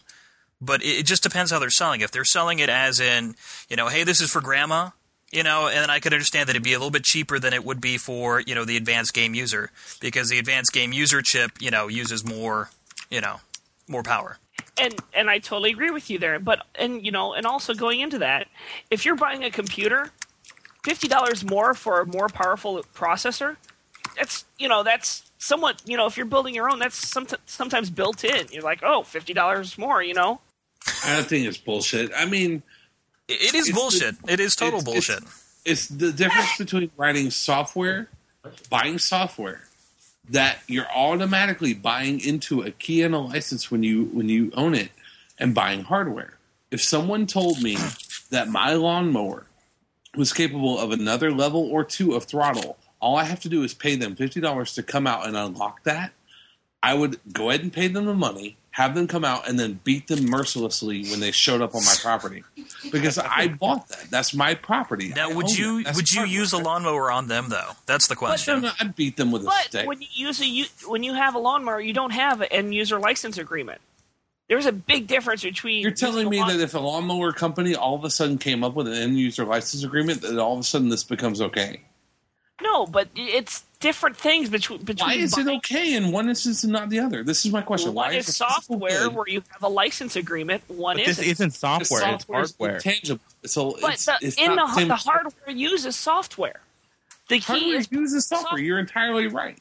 Speaker 3: But it, it just depends how they're selling. If they're selling it as in, you know, hey, this is for grandma, you know, and I could understand that it'd be a little bit cheaper than it would be for, you know, the advanced game user because the advanced game user chip, you know, uses more, you know, more power.
Speaker 7: and and I totally agree with you there. But and you know, and also going into that, if you're buying a computer, fifty dollars more for a more powerful processor, that's you know that's somewhat you know if you're building your own, that's some, sometimes built in. You're like, oh, fifty dollars more, you know.
Speaker 5: I think it's bullshit. I mean,
Speaker 3: It- it is
Speaker 5: It's the-
Speaker 3: bullshit. it is total
Speaker 5: it's- it's-
Speaker 3: bullshit.
Speaker 5: it's the difference between writing software, buying software that you're automatically buying into a key and a license when you when you own it, and buying hardware. If someone told me that my lawnmower was capable of another level or two of throttle, all I have to do is pay them fifty dollars to come out and unlock that. I would go ahead and pay them the money, have them come out, and then beat them mercilessly when they showed up on my property because I bought that. That's my property.
Speaker 3: Now,
Speaker 5: I
Speaker 3: would
Speaker 5: own
Speaker 3: you
Speaker 5: it. That's
Speaker 3: would you
Speaker 5: hardware.
Speaker 3: use a lawnmower on them though? That's the
Speaker 5: But
Speaker 3: question.
Speaker 5: no, no, I beat them with a
Speaker 7: But
Speaker 5: stick.
Speaker 7: when you use a u- when you have a lawnmower, you don't have an end user license agreement. There's a big difference between.
Speaker 5: You're telling
Speaker 7: using a
Speaker 5: me
Speaker 7: lawn-
Speaker 5: that if a lawnmower company all of a sudden came up with an end user license agreement, that all of a sudden this becomes okay.
Speaker 7: no, but it's different things between between.
Speaker 5: Why is it
Speaker 7: buying-
Speaker 5: okay in one instance and not the other? This is my question.
Speaker 7: One
Speaker 5: Why
Speaker 7: is
Speaker 5: it
Speaker 7: software
Speaker 5: good?
Speaker 7: where you have a license agreement. One
Speaker 9: But
Speaker 7: is
Speaker 9: this isn't
Speaker 5: The
Speaker 9: software; it's
Speaker 5: software is
Speaker 9: hardware.
Speaker 5: intangible. So
Speaker 7: but
Speaker 5: it's,
Speaker 7: the,
Speaker 5: it's
Speaker 7: in the,
Speaker 5: not
Speaker 7: the
Speaker 5: same-
Speaker 7: hardware uses software. The key
Speaker 5: Hardware
Speaker 7: is
Speaker 5: uses software.
Speaker 7: software.
Speaker 5: You're entirely right.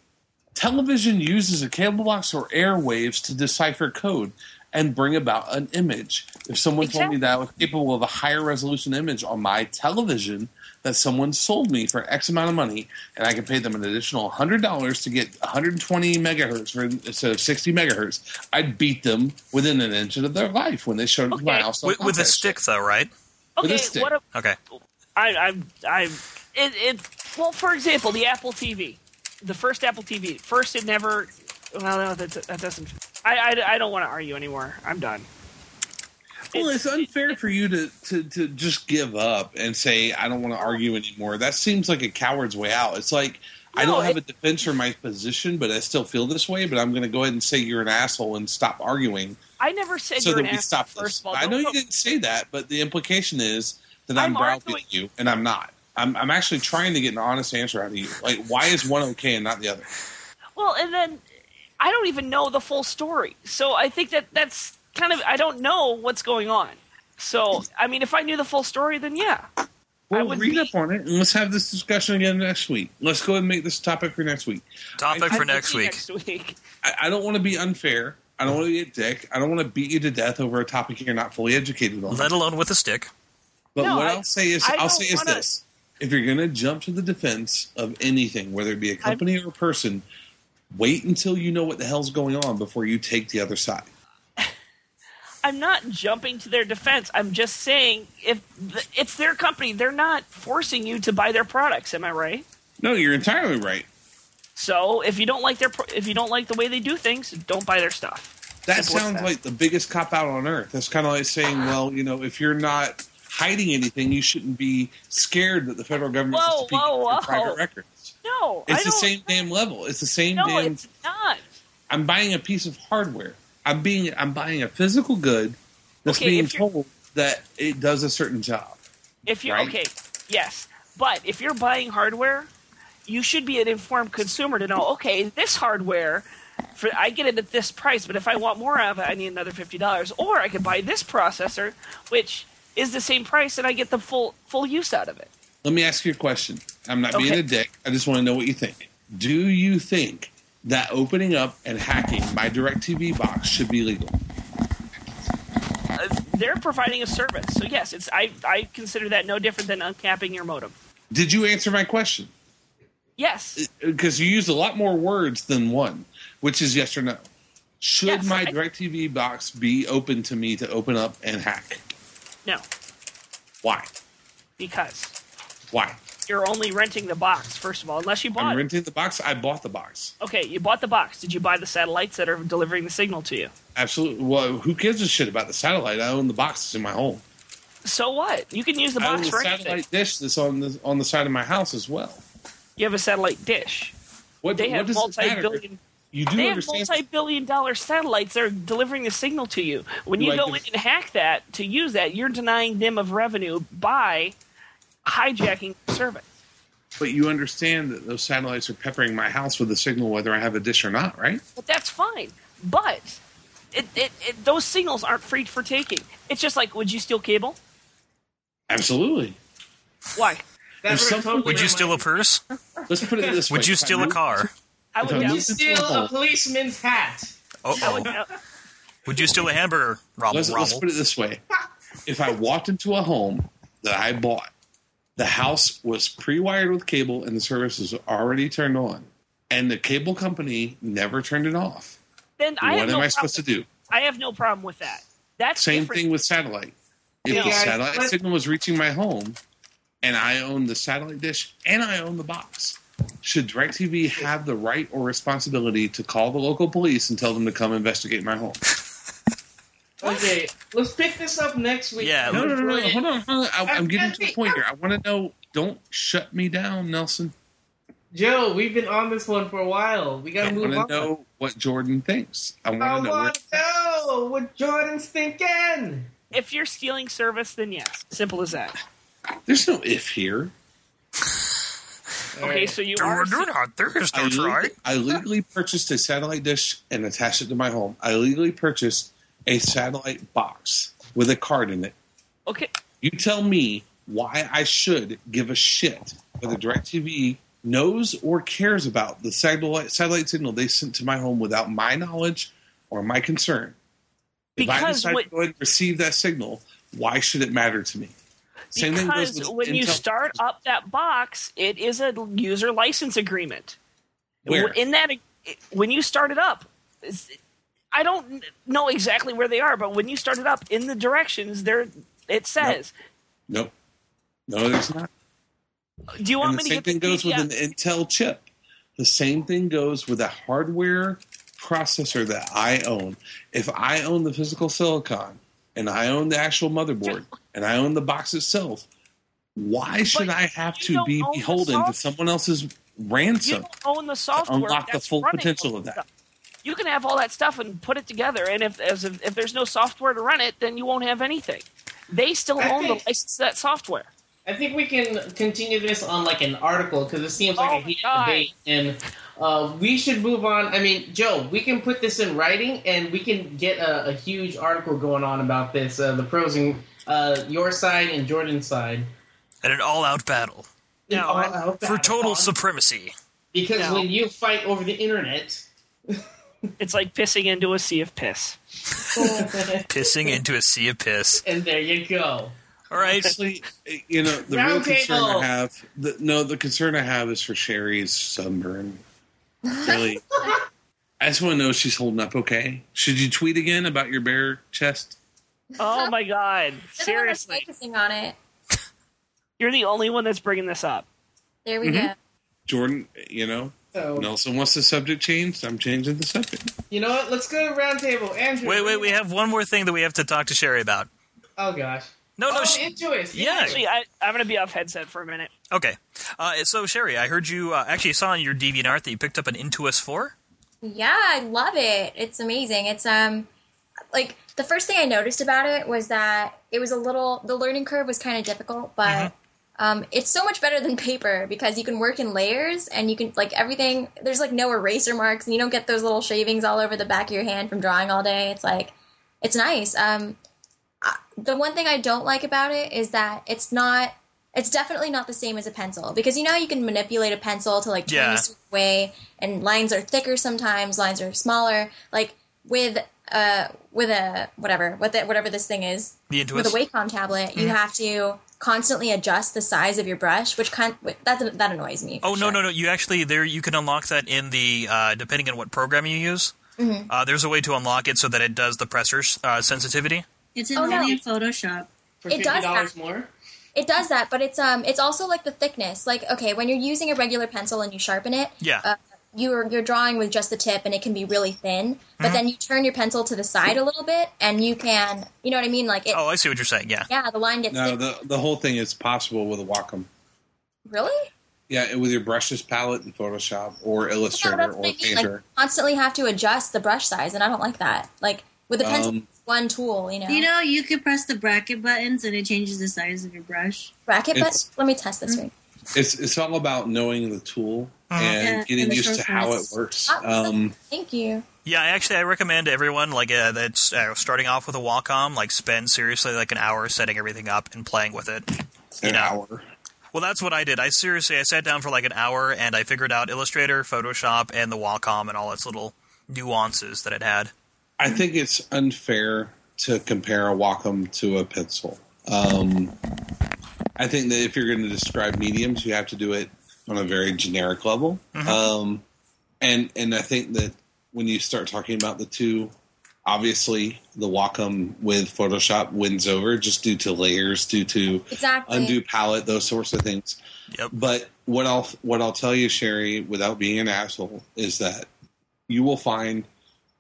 Speaker 5: Television uses a cable box or airwaves to decipher code and bring about an image. If someone told me
Speaker 7: Exactly.
Speaker 5: that I was capable of a higher resolution image on my television that someone sold me for X amount of money, and I could pay them an additional hundred dollars to get 120 megahertz for, instead of 60 megahertz, I'd beat them within an inch of their life when they showed up to my
Speaker 7: Okay.
Speaker 5: house.
Speaker 3: with, with a stick though, right?
Speaker 5: with a
Speaker 7: okay.
Speaker 5: stick.
Speaker 7: What a,
Speaker 3: Okay.
Speaker 7: I I I it, it well for example the Apple TV, the first Apple TV. First it never. Well, no, that that doesn't. I I, I don't want to argue anymore. I'm done.
Speaker 5: Well, it's unfair for you to, to, to just give up and say, I don't want to argue anymore. That seems like a coward's way out. It's like, I
Speaker 7: No,
Speaker 5: don't have
Speaker 7: it-
Speaker 5: a defense for my position, but I still feel this way, but I'm going to go ahead and say you're an asshole and stop arguing
Speaker 7: I never said
Speaker 5: so
Speaker 7: you're
Speaker 5: that
Speaker 7: an
Speaker 5: we
Speaker 7: asshole,
Speaker 5: stop
Speaker 7: first
Speaker 5: this.
Speaker 7: of all.
Speaker 5: I
Speaker 7: Don't
Speaker 5: know you
Speaker 7: put-
Speaker 5: didn't say that, but the implication is that I'm,
Speaker 7: I'm
Speaker 5: browbeating
Speaker 7: arguing-
Speaker 5: you, and I'm not. I'm, I'm actually trying to get an honest answer out of you. Like, why is one okay and not the other?
Speaker 7: Well, and then I don't even know the full story. So I think that that's kind of I don't know what's going on. So I mean, if I knew the full story, then yeah.
Speaker 5: Well,
Speaker 7: would
Speaker 5: read
Speaker 7: be-
Speaker 5: up on it, and let's have this discussion again next week. Let's go ahead and make this topic for next week.
Speaker 3: Topic
Speaker 5: I-
Speaker 3: for
Speaker 5: I
Speaker 3: next week.
Speaker 7: Next week.
Speaker 5: I, I don't want to be unfair. I don't want to be a dick. I don't want to beat you to death over a topic you're not fully educated on.
Speaker 3: Let alone with a stick.
Speaker 5: but
Speaker 7: No,
Speaker 5: what
Speaker 7: I-
Speaker 5: I, will say is,
Speaker 7: I
Speaker 5: I'll
Speaker 7: don't
Speaker 5: say is
Speaker 7: wanna-
Speaker 5: this: if you're going to jump to the defense of anything, whether it be a company or a person, wait until you know what the hell's going on before you take the other side.
Speaker 7: I'm not jumping to their defense. I'm just saying if th- it's their company, they're not forcing you to buy their products. Am I right?
Speaker 5: No, you're entirely right.
Speaker 7: So if you don't like their pro- if you don't like the way they do things, don't buy their stuff.
Speaker 5: That
Speaker 7: Simple as
Speaker 5: sounds
Speaker 7: that.
Speaker 5: like the biggest cop out on earth. That's kind of like saying, well, you know, if you're not hiding anything, you shouldn't be scared that the federal government
Speaker 7: Whoa,
Speaker 5: is speaking
Speaker 7: whoa, whoa.
Speaker 5: private records.
Speaker 7: No, I
Speaker 5: It's the
Speaker 7: don't-
Speaker 5: same damn level. It's the same
Speaker 7: No,
Speaker 5: damn
Speaker 7: it's not.
Speaker 5: I'm buying a piece of hardware. I'm being I'm buying a physical good that's
Speaker 7: Okay,
Speaker 5: being
Speaker 7: if you're-
Speaker 5: told that it does a certain job.
Speaker 7: If you're
Speaker 5: right?
Speaker 7: okay, yes, but if you're buying hardware, you should be an informed consumer to know. Okay, this hardware, for I get it at this price, but if I want more of it, I need another fifty dollars. Or I could buy this processor, which is the same price, and I get the full full use out of it.
Speaker 5: Let me ask you a question. I'm not being
Speaker 7: Okay.
Speaker 5: a dick. I just want to know what you think. Do you think that opening up and hacking my DirecTV box should be legal?
Speaker 7: Uh, they're providing a service, so yes, it's I I consider that no different than uncapping your modem.
Speaker 5: Did you answer my question? Uh,
Speaker 7: Yes,
Speaker 5: Because you used a lot more words than one, which is yes or no. Should
Speaker 7: Yes,
Speaker 5: my
Speaker 7: I-
Speaker 5: DirecTV box be open to me to open up and hack?
Speaker 7: no,
Speaker 5: Why?
Speaker 7: because
Speaker 5: Why?
Speaker 7: you're only renting the box first of all, unless you bought
Speaker 5: I'm
Speaker 7: it.
Speaker 5: renting the box. I bought the box.
Speaker 7: Okay, you bought the box. Did you buy the satellites that are delivering the signal to you?
Speaker 5: Absolutely. Well, who gives a shit about the satellite? I own the box that's in my home.
Speaker 7: So what? You can use the
Speaker 5: I own
Speaker 7: box
Speaker 5: the
Speaker 7: for
Speaker 5: Oh, satellite
Speaker 7: anything.
Speaker 5: dish that's on the on the side of my house as well.
Speaker 7: You have a satellite dish.
Speaker 5: What,
Speaker 7: They
Speaker 5: what
Speaker 7: have
Speaker 5: does it matter?
Speaker 7: multi-billion.
Speaker 5: you do
Speaker 7: they have
Speaker 5: understand.
Speaker 7: multi-billion-dollar satellites that are delivering the signal to you. When you
Speaker 5: Like
Speaker 7: go in
Speaker 5: this-
Speaker 7: and hack that to use that, you're denying them of revenue by hijacking their service.
Speaker 5: But you understand that those satellites are peppering my house with a signal whether I have a dish or not, right?
Speaker 7: But that's fine. But it, it, it, those signals aren't free for taking. It's just like, would you steal cable?
Speaker 5: Absolutely.
Speaker 7: Why?
Speaker 4: That
Speaker 5: There's something-
Speaker 4: totally
Speaker 3: Would you
Speaker 4: reminds-
Speaker 3: steal a purse?
Speaker 5: Let's put it this
Speaker 3: (laughs)
Speaker 5: way.
Speaker 3: Would you steal a car?
Speaker 7: I would.
Speaker 5: Okay.
Speaker 7: doubt-
Speaker 4: You steal a policeman's hat.
Speaker 7: I would.
Speaker 3: Oh,
Speaker 7: doubt-
Speaker 3: would you steal a hamburger? Robble,
Speaker 5: Let's, let's put
Speaker 3: robble.
Speaker 5: it this way. If I walked into a home that I bought, the house was pre wired with cable and the service was already turned on, and the cable company never turned it off,
Speaker 7: Then I
Speaker 5: what
Speaker 7: have
Speaker 5: am
Speaker 7: no
Speaker 5: I
Speaker 7: problem.
Speaker 5: supposed to do?
Speaker 7: I have no problem with that. That's
Speaker 5: Same
Speaker 7: different.
Speaker 5: thing with satellite. If
Speaker 4: Yeah,
Speaker 5: the
Speaker 4: guys,
Speaker 5: satellite
Speaker 4: let's-
Speaker 5: signal was reaching my home and I own the satellite dish and I own the box, should DirecTV have the right or responsibility to call the local police and tell them to come investigate my home?
Speaker 4: Okay, let's pick this up next week.
Speaker 3: Yeah,
Speaker 5: No, no, no, no. Hold on. Hold on. I, I'm
Speaker 4: I've
Speaker 5: getting
Speaker 4: got
Speaker 5: to a
Speaker 4: the-
Speaker 5: point here. I want to know. Don't shut me down, Nelson.
Speaker 4: Joe, we've been on this one for a while. We
Speaker 5: I
Speaker 4: gotta
Speaker 5: want
Speaker 4: move
Speaker 5: to
Speaker 4: on.
Speaker 5: know what Jordan thinks. I
Speaker 4: I
Speaker 5: want to know. Where,
Speaker 4: want to know what Jordan's thinking.
Speaker 7: If you're stealing service, then yes. Simple as that.
Speaker 5: there's no if here.
Speaker 4: All
Speaker 7: Okay,
Speaker 5: Oh,
Speaker 4: right.
Speaker 7: so you
Speaker 3: We're
Speaker 7: are.
Speaker 3: doing hot. There is
Speaker 5: I,
Speaker 3: no try.
Speaker 5: leg- I legally purchased a satellite dish and attached it to my home. I legally purchased a satellite box with a card in it.
Speaker 7: Okay.
Speaker 5: You tell me why I should give a shit whether DirecTV knows or cares about the satellite, satellite signal they sent to my home without my knowledge or my concern. if I
Speaker 7: Because
Speaker 5: decide
Speaker 7: what-
Speaker 5: to go ahead and receive that signal, why should it matter to me? Same thing goes
Speaker 7: because
Speaker 5: with
Speaker 7: when you
Speaker 5: Intel-
Speaker 7: start up that box, it is a user license agreement.
Speaker 5: Where?
Speaker 7: In that, when you start it up, it's- I don't know exactly where they are, but when you start it up in the directions, there it says.
Speaker 5: Nope. No, there's not.
Speaker 7: Do you want
Speaker 5: and
Speaker 7: me
Speaker 5: the
Speaker 7: to
Speaker 5: same
Speaker 7: get
Speaker 5: thing
Speaker 7: the
Speaker 5: goes with
Speaker 7: PDF?
Speaker 5: an Intel chip. The same thing goes with a hardware processor that I own. If I own the physical silicon and I own the actual
Speaker 7: (laughs)
Speaker 5: motherboard and I own the box itself, why should I have
Speaker 7: you
Speaker 5: to
Speaker 7: don't
Speaker 5: be
Speaker 7: own the
Speaker 5: beholden to
Speaker 7: soft-
Speaker 5: someone else's
Speaker 7: You
Speaker 5: ransom?
Speaker 7: don't own the software.
Speaker 5: unlock the
Speaker 7: that's
Speaker 5: full
Speaker 7: running
Speaker 5: potential
Speaker 7: all
Speaker 5: of
Speaker 7: this
Speaker 5: that.
Speaker 7: stuff. You can have all that stuff and put it together, and if as if, if there's no software to run it, then you won't have anything. They still
Speaker 4: I
Speaker 7: own
Speaker 4: think-
Speaker 7: the license to that software.
Speaker 4: I think we can continue this on like an article because it seems like
Speaker 7: Oh
Speaker 4: a
Speaker 7: my
Speaker 4: heated
Speaker 7: God.
Speaker 4: debate, and uh, we should move on. I mean, Joe, we can put this in writing, and we can get a, a huge article going on about this. Uh, the pros and uh, your side and Jordan's side.
Speaker 3: And an all-out battle
Speaker 7: No,
Speaker 4: Oh,
Speaker 7: I-
Speaker 4: I hope
Speaker 3: for
Speaker 4: that-
Speaker 3: total supremacy.
Speaker 4: Because
Speaker 7: No.
Speaker 4: when you fight over the internet, (laughs)
Speaker 7: It's like pissing into a sea of piss.
Speaker 2: (laughs)
Speaker 3: Pissing into a sea of piss.
Speaker 4: and there you go.
Speaker 3: All right.
Speaker 5: (laughs) Honestly, you know the
Speaker 4: Round
Speaker 5: real concern
Speaker 4: table.
Speaker 5: I have. The, no, the concern I have is for Sherry's sunburn.
Speaker 7: (laughs)
Speaker 5: Really, I just want to know if she's holding up okay. Should you tweet again about your bare chest?
Speaker 7: Oh my god!
Speaker 2: Everyone
Speaker 7: Seriously,
Speaker 2: was focusing on it.
Speaker 7: you're the only one that's bringing this up.
Speaker 2: There we go.
Speaker 5: Jordan, you know,
Speaker 4: So
Speaker 5: Nelson wants the subject changed. I'm changing the subject.
Speaker 4: you know what? Let's go to round table. Andrew,
Speaker 3: Wait, wait. We have one more thing that we have to talk to Sherry about.
Speaker 4: Oh gosh.
Speaker 3: No, no.
Speaker 4: oh,
Speaker 3: sh-
Speaker 4: Intuit.
Speaker 3: Yeah.
Speaker 7: Actually, I, I'm going to be off headset for a minute.
Speaker 3: Okay. Uh, so, Sherry, I heard you uh, actually saw on your DeviantArt that you picked up an Intuos 4.
Speaker 2: Yeah, I love it. It's amazing. It's um like the first thing I noticed about it was that it was a little the learning curve was kind of difficult, but
Speaker 3: Mm-hmm.
Speaker 2: um, it's so much better than paper because you can work in layers and you can like everything there's like no eraser marks and you don't get those little shavings all over the back of your hand from drawing all day. It's like it's nice. Um I- the one thing I don't like about it is that it's not it's definitely not the same as a pencil because you know how you can manipulate a pencil to like turn
Speaker 3: Yeah.
Speaker 2: a certain way and lines are thicker sometimes lines are smaller like with uh with a whatever with it whatever this thing is
Speaker 3: The
Speaker 2: with a
Speaker 3: Intuos.
Speaker 2: Wacom tablet you have to constantly adjust the size of your brush which kind that that annoys me
Speaker 3: oh, no, no, no. You actually, there, you can unlock that in the, uh, depending on what program you use.
Speaker 2: Mm-hmm.
Speaker 3: Uh, there's a way to unlock it so that it does the pressure uh, sensitivity.
Speaker 8: It's in
Speaker 2: Oh, no.
Speaker 8: only in Photoshop.
Speaker 4: For
Speaker 2: It
Speaker 4: fifty
Speaker 2: does
Speaker 4: dollars
Speaker 2: have-
Speaker 4: more.
Speaker 2: It does that, but it's um, it's also like the thickness. Like, okay, when you're using a regular pencil and you sharpen it,
Speaker 3: Yeah.
Speaker 2: uh, you're you're drawing with just the tip, and it can be really thin.
Speaker 3: Mm-hmm.
Speaker 2: But then you turn your pencil to the side a little bit, and you can, you know what I mean? Like, it,
Speaker 3: Oh, I see what you're saying. Yeah.
Speaker 2: yeah, the line gets
Speaker 5: No,
Speaker 2: thick.
Speaker 5: the the whole thing is possible with a Wacom.
Speaker 2: really.
Speaker 5: Yeah, with your brushes palette in Photoshop or
Speaker 2: Yeah,
Speaker 5: Illustrator
Speaker 2: that's
Speaker 5: or
Speaker 2: what I mean. Like
Speaker 5: Painter.
Speaker 2: constantly have to adjust the brush size, and I don't like that. Like with a pencil,
Speaker 5: Um,
Speaker 2: it's one tool, you know.
Speaker 8: You know, you could press the bracket buttons and it changes the size of your brush.
Speaker 2: bracket
Speaker 5: it's-
Speaker 2: but Let me test
Speaker 3: Mm-hmm.
Speaker 2: this. Right.
Speaker 5: it's it's all about knowing the tool and
Speaker 8: Yeah,
Speaker 5: getting
Speaker 8: and the
Speaker 5: used to how it
Speaker 8: shortcuts.
Speaker 5: works.
Speaker 2: Uh,
Speaker 5: Um,
Speaker 2: Thank you.
Speaker 3: Yeah, I actually I recommend everyone like uh, that's uh, starting off with a Wacom, like spend seriously like an hour setting everything up and playing with it.
Speaker 5: an
Speaker 3: know.
Speaker 5: hour.
Speaker 3: Well, that's what I did. I seriously I sat down for like an hour and I figured out Illustrator, Photoshop, and the Wacom and all its little nuances that it had.
Speaker 5: I think it's unfair to compare a Wacom to a pencil. Um, I think that if you're going to describe mediums, you have to do it on a very generic level. Um, and and I think that when you start talking about the two, obviously the Wacom with Photoshop wins over just due to layers, due to
Speaker 2: Exactly.
Speaker 5: undo palette, those sorts of things.
Speaker 3: Yep.
Speaker 5: But what I'll what I'll tell you, Sherry, without being an asshole, is that you will find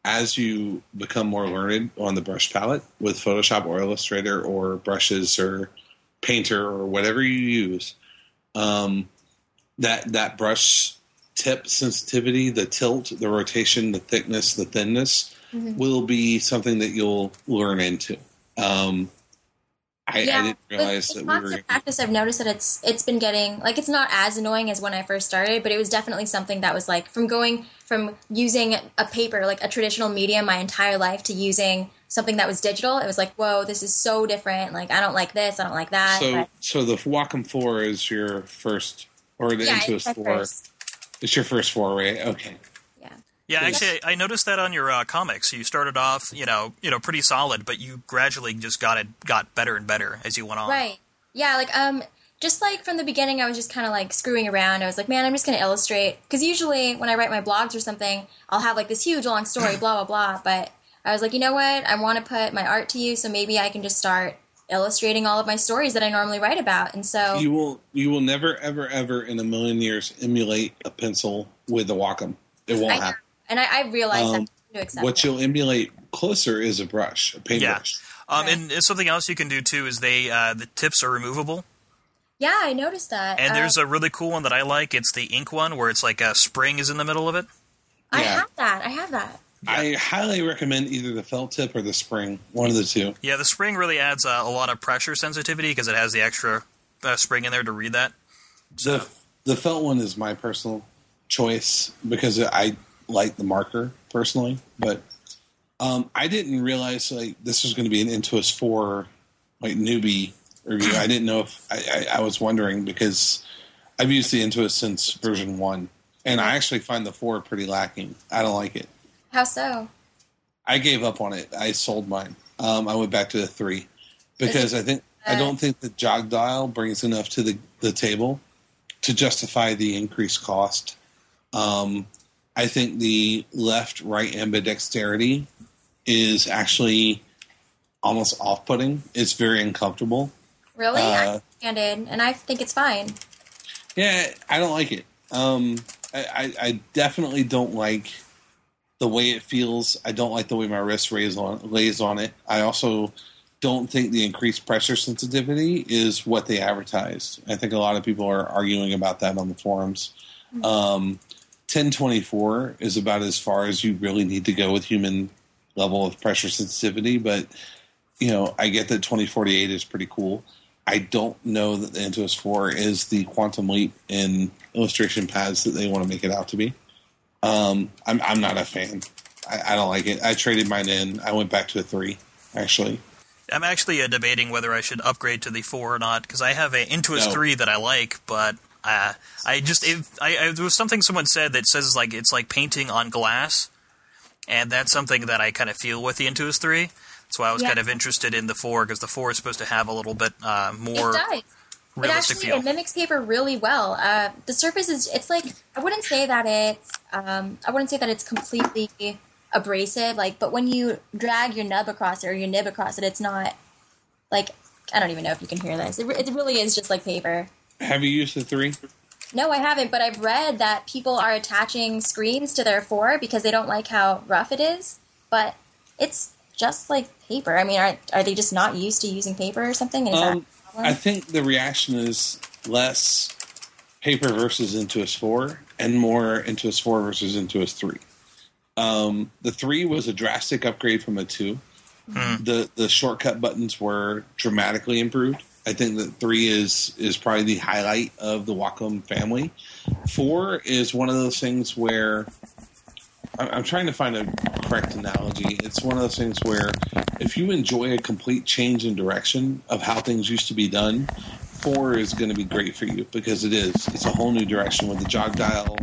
Speaker 5: as you become more learned on the brush palette with Photoshop or Illustrator or brushes or Painter or whatever you use, um, that that brush tip sensitivity, the tilt, the rotation, the thickness, the thinness
Speaker 2: Mhm.
Speaker 5: will be something that you'll learn into. Um, I, I didn't
Speaker 2: with-
Speaker 5: realize
Speaker 2: with
Speaker 5: that we
Speaker 2: constant
Speaker 5: were.
Speaker 2: practice. I've noticed that it's it's been getting like it's not as annoying as when I first started, but it was definitely something that was like from going from using a paper, like a traditional medium, my entire life to using something that was digital. It was like, whoa, this is so different. Like I don't like this, I don't like that.
Speaker 5: So,
Speaker 2: but-
Speaker 5: so the Wacom Four is your first, or the
Speaker 2: yeah,
Speaker 5: Intuos
Speaker 2: at
Speaker 5: Four.
Speaker 2: first.
Speaker 5: It's your first foray. Okay.
Speaker 2: Yeah.
Speaker 3: Yeah, actually, I I noticed that on your uh, comics. You started off, you know, you know, pretty solid, but you gradually just got it got better and better as you went on.
Speaker 2: Right. Yeah, like um just like from the beginning I was just kind of like screwing around. I was like, man, I'm just going to illustrate cuz usually when I write my blogs or something, I'll have like this huge long story blah blah blah, but I was like, you know what? I want to put my art to use, so maybe I can just start illustrating all of my stories that I normally write about. And so
Speaker 5: You will you will never ever ever in a million years emulate a pencil with a Wacom. It won't
Speaker 2: I know.
Speaker 5: happen.
Speaker 2: and I, I realized
Speaker 5: Um,
Speaker 2: that I had to accept
Speaker 5: What
Speaker 2: it.
Speaker 5: you'll emulate closer is a brush, a paintbrush.
Speaker 3: Um,
Speaker 2: Right.
Speaker 3: and uh, something else you can do too is they uh, the tips are removable,
Speaker 2: Yeah, I noticed that.
Speaker 3: and
Speaker 2: Uh,
Speaker 3: there's a really cool one that I like. It's the ink one where it's like a spring is in the middle of it.
Speaker 2: I
Speaker 5: yeah.
Speaker 2: have that. I have that.
Speaker 5: I highly recommend either the felt tip or the spring, one of the two.
Speaker 3: Yeah, the spring really adds uh, a lot of pressure sensitivity because it has the extra uh, spring in there to read that.
Speaker 5: The the felt one is my personal choice because I like the marker personally, but um, I didn't realize like this was going to be an Intuos four like newbie review. I didn't know if I, I, I was wondering because I've used the Intuos since version one, and I actually find the four pretty lacking. I don't like it.
Speaker 2: How so?
Speaker 5: I gave up on it. I sold mine. Um, I went back to the three because I think I don't think the jog dial brings enough to the, the table to justify the increased cost. Um, I think the left right ambidexterity is actually almost off putting. It's very uncomfortable.
Speaker 2: Really? I
Speaker 5: Uh,
Speaker 2: handed and I think it's fine.
Speaker 5: Yeah, I don't like it. Um, I, I, I definitely don't like the way it feels. I don't like the way my wrist lays on lays on it. I also don't think the increased pressure sensitivity is what they advertised. I think a lot of people are arguing about that on the forums. Um, 1024 is about as far as you really need to go with human level of pressure sensitivity, but you know, I get that 2048 is pretty cool. I don't know that the Intuos 4 is the quantum leap in illustration pads that they want to make it out to be. Um, I'm, I'm not a fan. I, I don't like it. I traded mine in. I went back to a 3, actually.
Speaker 3: I'm actually uh, debating whether I should upgrade to the four or not because I have a Intuos
Speaker 5: No.
Speaker 3: three that I like, but uh, I just it, I, I there was something someone said that says like it's like painting on glass, and that's something that I kind of feel with the Intuos three. That's why I was
Speaker 2: Yeah.
Speaker 3: kind of interested in the four because the four is supposed to have a little bit uh, more
Speaker 2: it does. But
Speaker 3: realistic
Speaker 2: actually,
Speaker 3: feel.
Speaker 2: it mimics paper really well. Uh, the surface is—it's like I wouldn't say that it's—I wouldn't say that it's completely abrasive. Like, but when you drag your nub across it or your nib across it, it's not like I don't even know if you can hear this. It, re- it really is just like paper.
Speaker 5: Have you used the 3?
Speaker 2: No, I haven't, but I've read that people are attaching screens to their four because they don't like how rough it is. But it's just like paper. I mean, are, are they just not used to using paper or something? Is that
Speaker 5: Um,
Speaker 2: a problem?
Speaker 5: I think the reaction is less paper versus Intuos 4 and more Intuos 4 versus Intuos 3. Um, the 3 was a drastic upgrade from a 2. The the shortcut buttons were dramatically improved. I think that 3 is is probably the highlight of the Wacom family. 4 is one of those things where I'm, I'm trying to find a correct analogy. It's one of those things where if you enjoy a complete change in direction of how things used to be done, four is going to be great for you because it is. It's a whole new direction with the jog dial,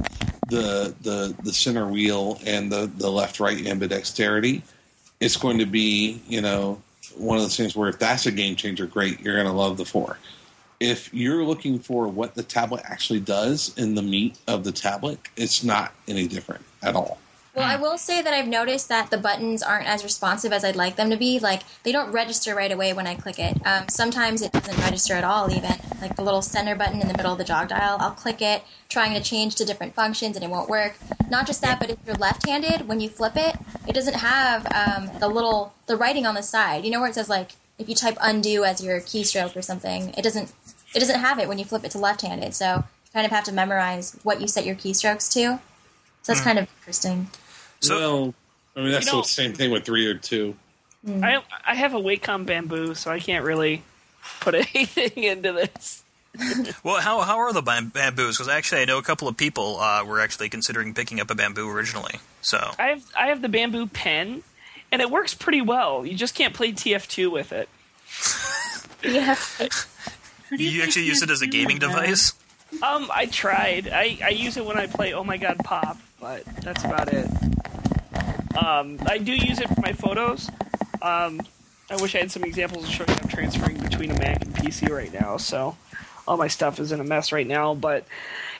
Speaker 5: the the the center wheel, and the the left right ambidexterity. It's going to be you know one of those things where if that's a game changer, great. You're going to love the four if you're looking for what the tablet actually does in the meat of the tablet, it's not any different at all.
Speaker 2: Well, I will say that I've noticed that the buttons aren't as responsive as I'd like them to be. Like they don't register right away when I click it. Um, sometimes it doesn't register at all. Even like the little center button in the middle of the jog dial, I'll click it, trying to change to different functions, and it won't work. Not just that, but if you're left-handed, when you flip it, it doesn't have um, the little the writing on the side. You know where it says like if you type undo as your keystroke or something, it doesn't it doesn't have it when you flip it to left-handed. So you kind of have to memorize what you set your keystrokes to. So that's kind of interesting.
Speaker 3: So-
Speaker 5: well, I mean that's
Speaker 7: You
Speaker 5: the
Speaker 7: don't-
Speaker 5: same thing with three or two.
Speaker 7: I I have a Wacom bamboo, so I can't really put (laughs) anything into this.
Speaker 3: Well, how how are the bam- bamboos? Because actually, I know a couple of people uh, were actually considering picking up a bamboo originally. So
Speaker 7: I have I have the bamboo pen, and it works pretty well. You just can't play TF2 with it.
Speaker 2: Yeah.
Speaker 3: you actually use it as a gaming device.
Speaker 7: Um, I tried. I, I use it when I play Oh My God Pop, but that's about it. Um, I do use it for my photos. Um, I wish I had some examples to show you. I'm transferring between a Mac and PC right now, so all my stuff is in a mess right now. But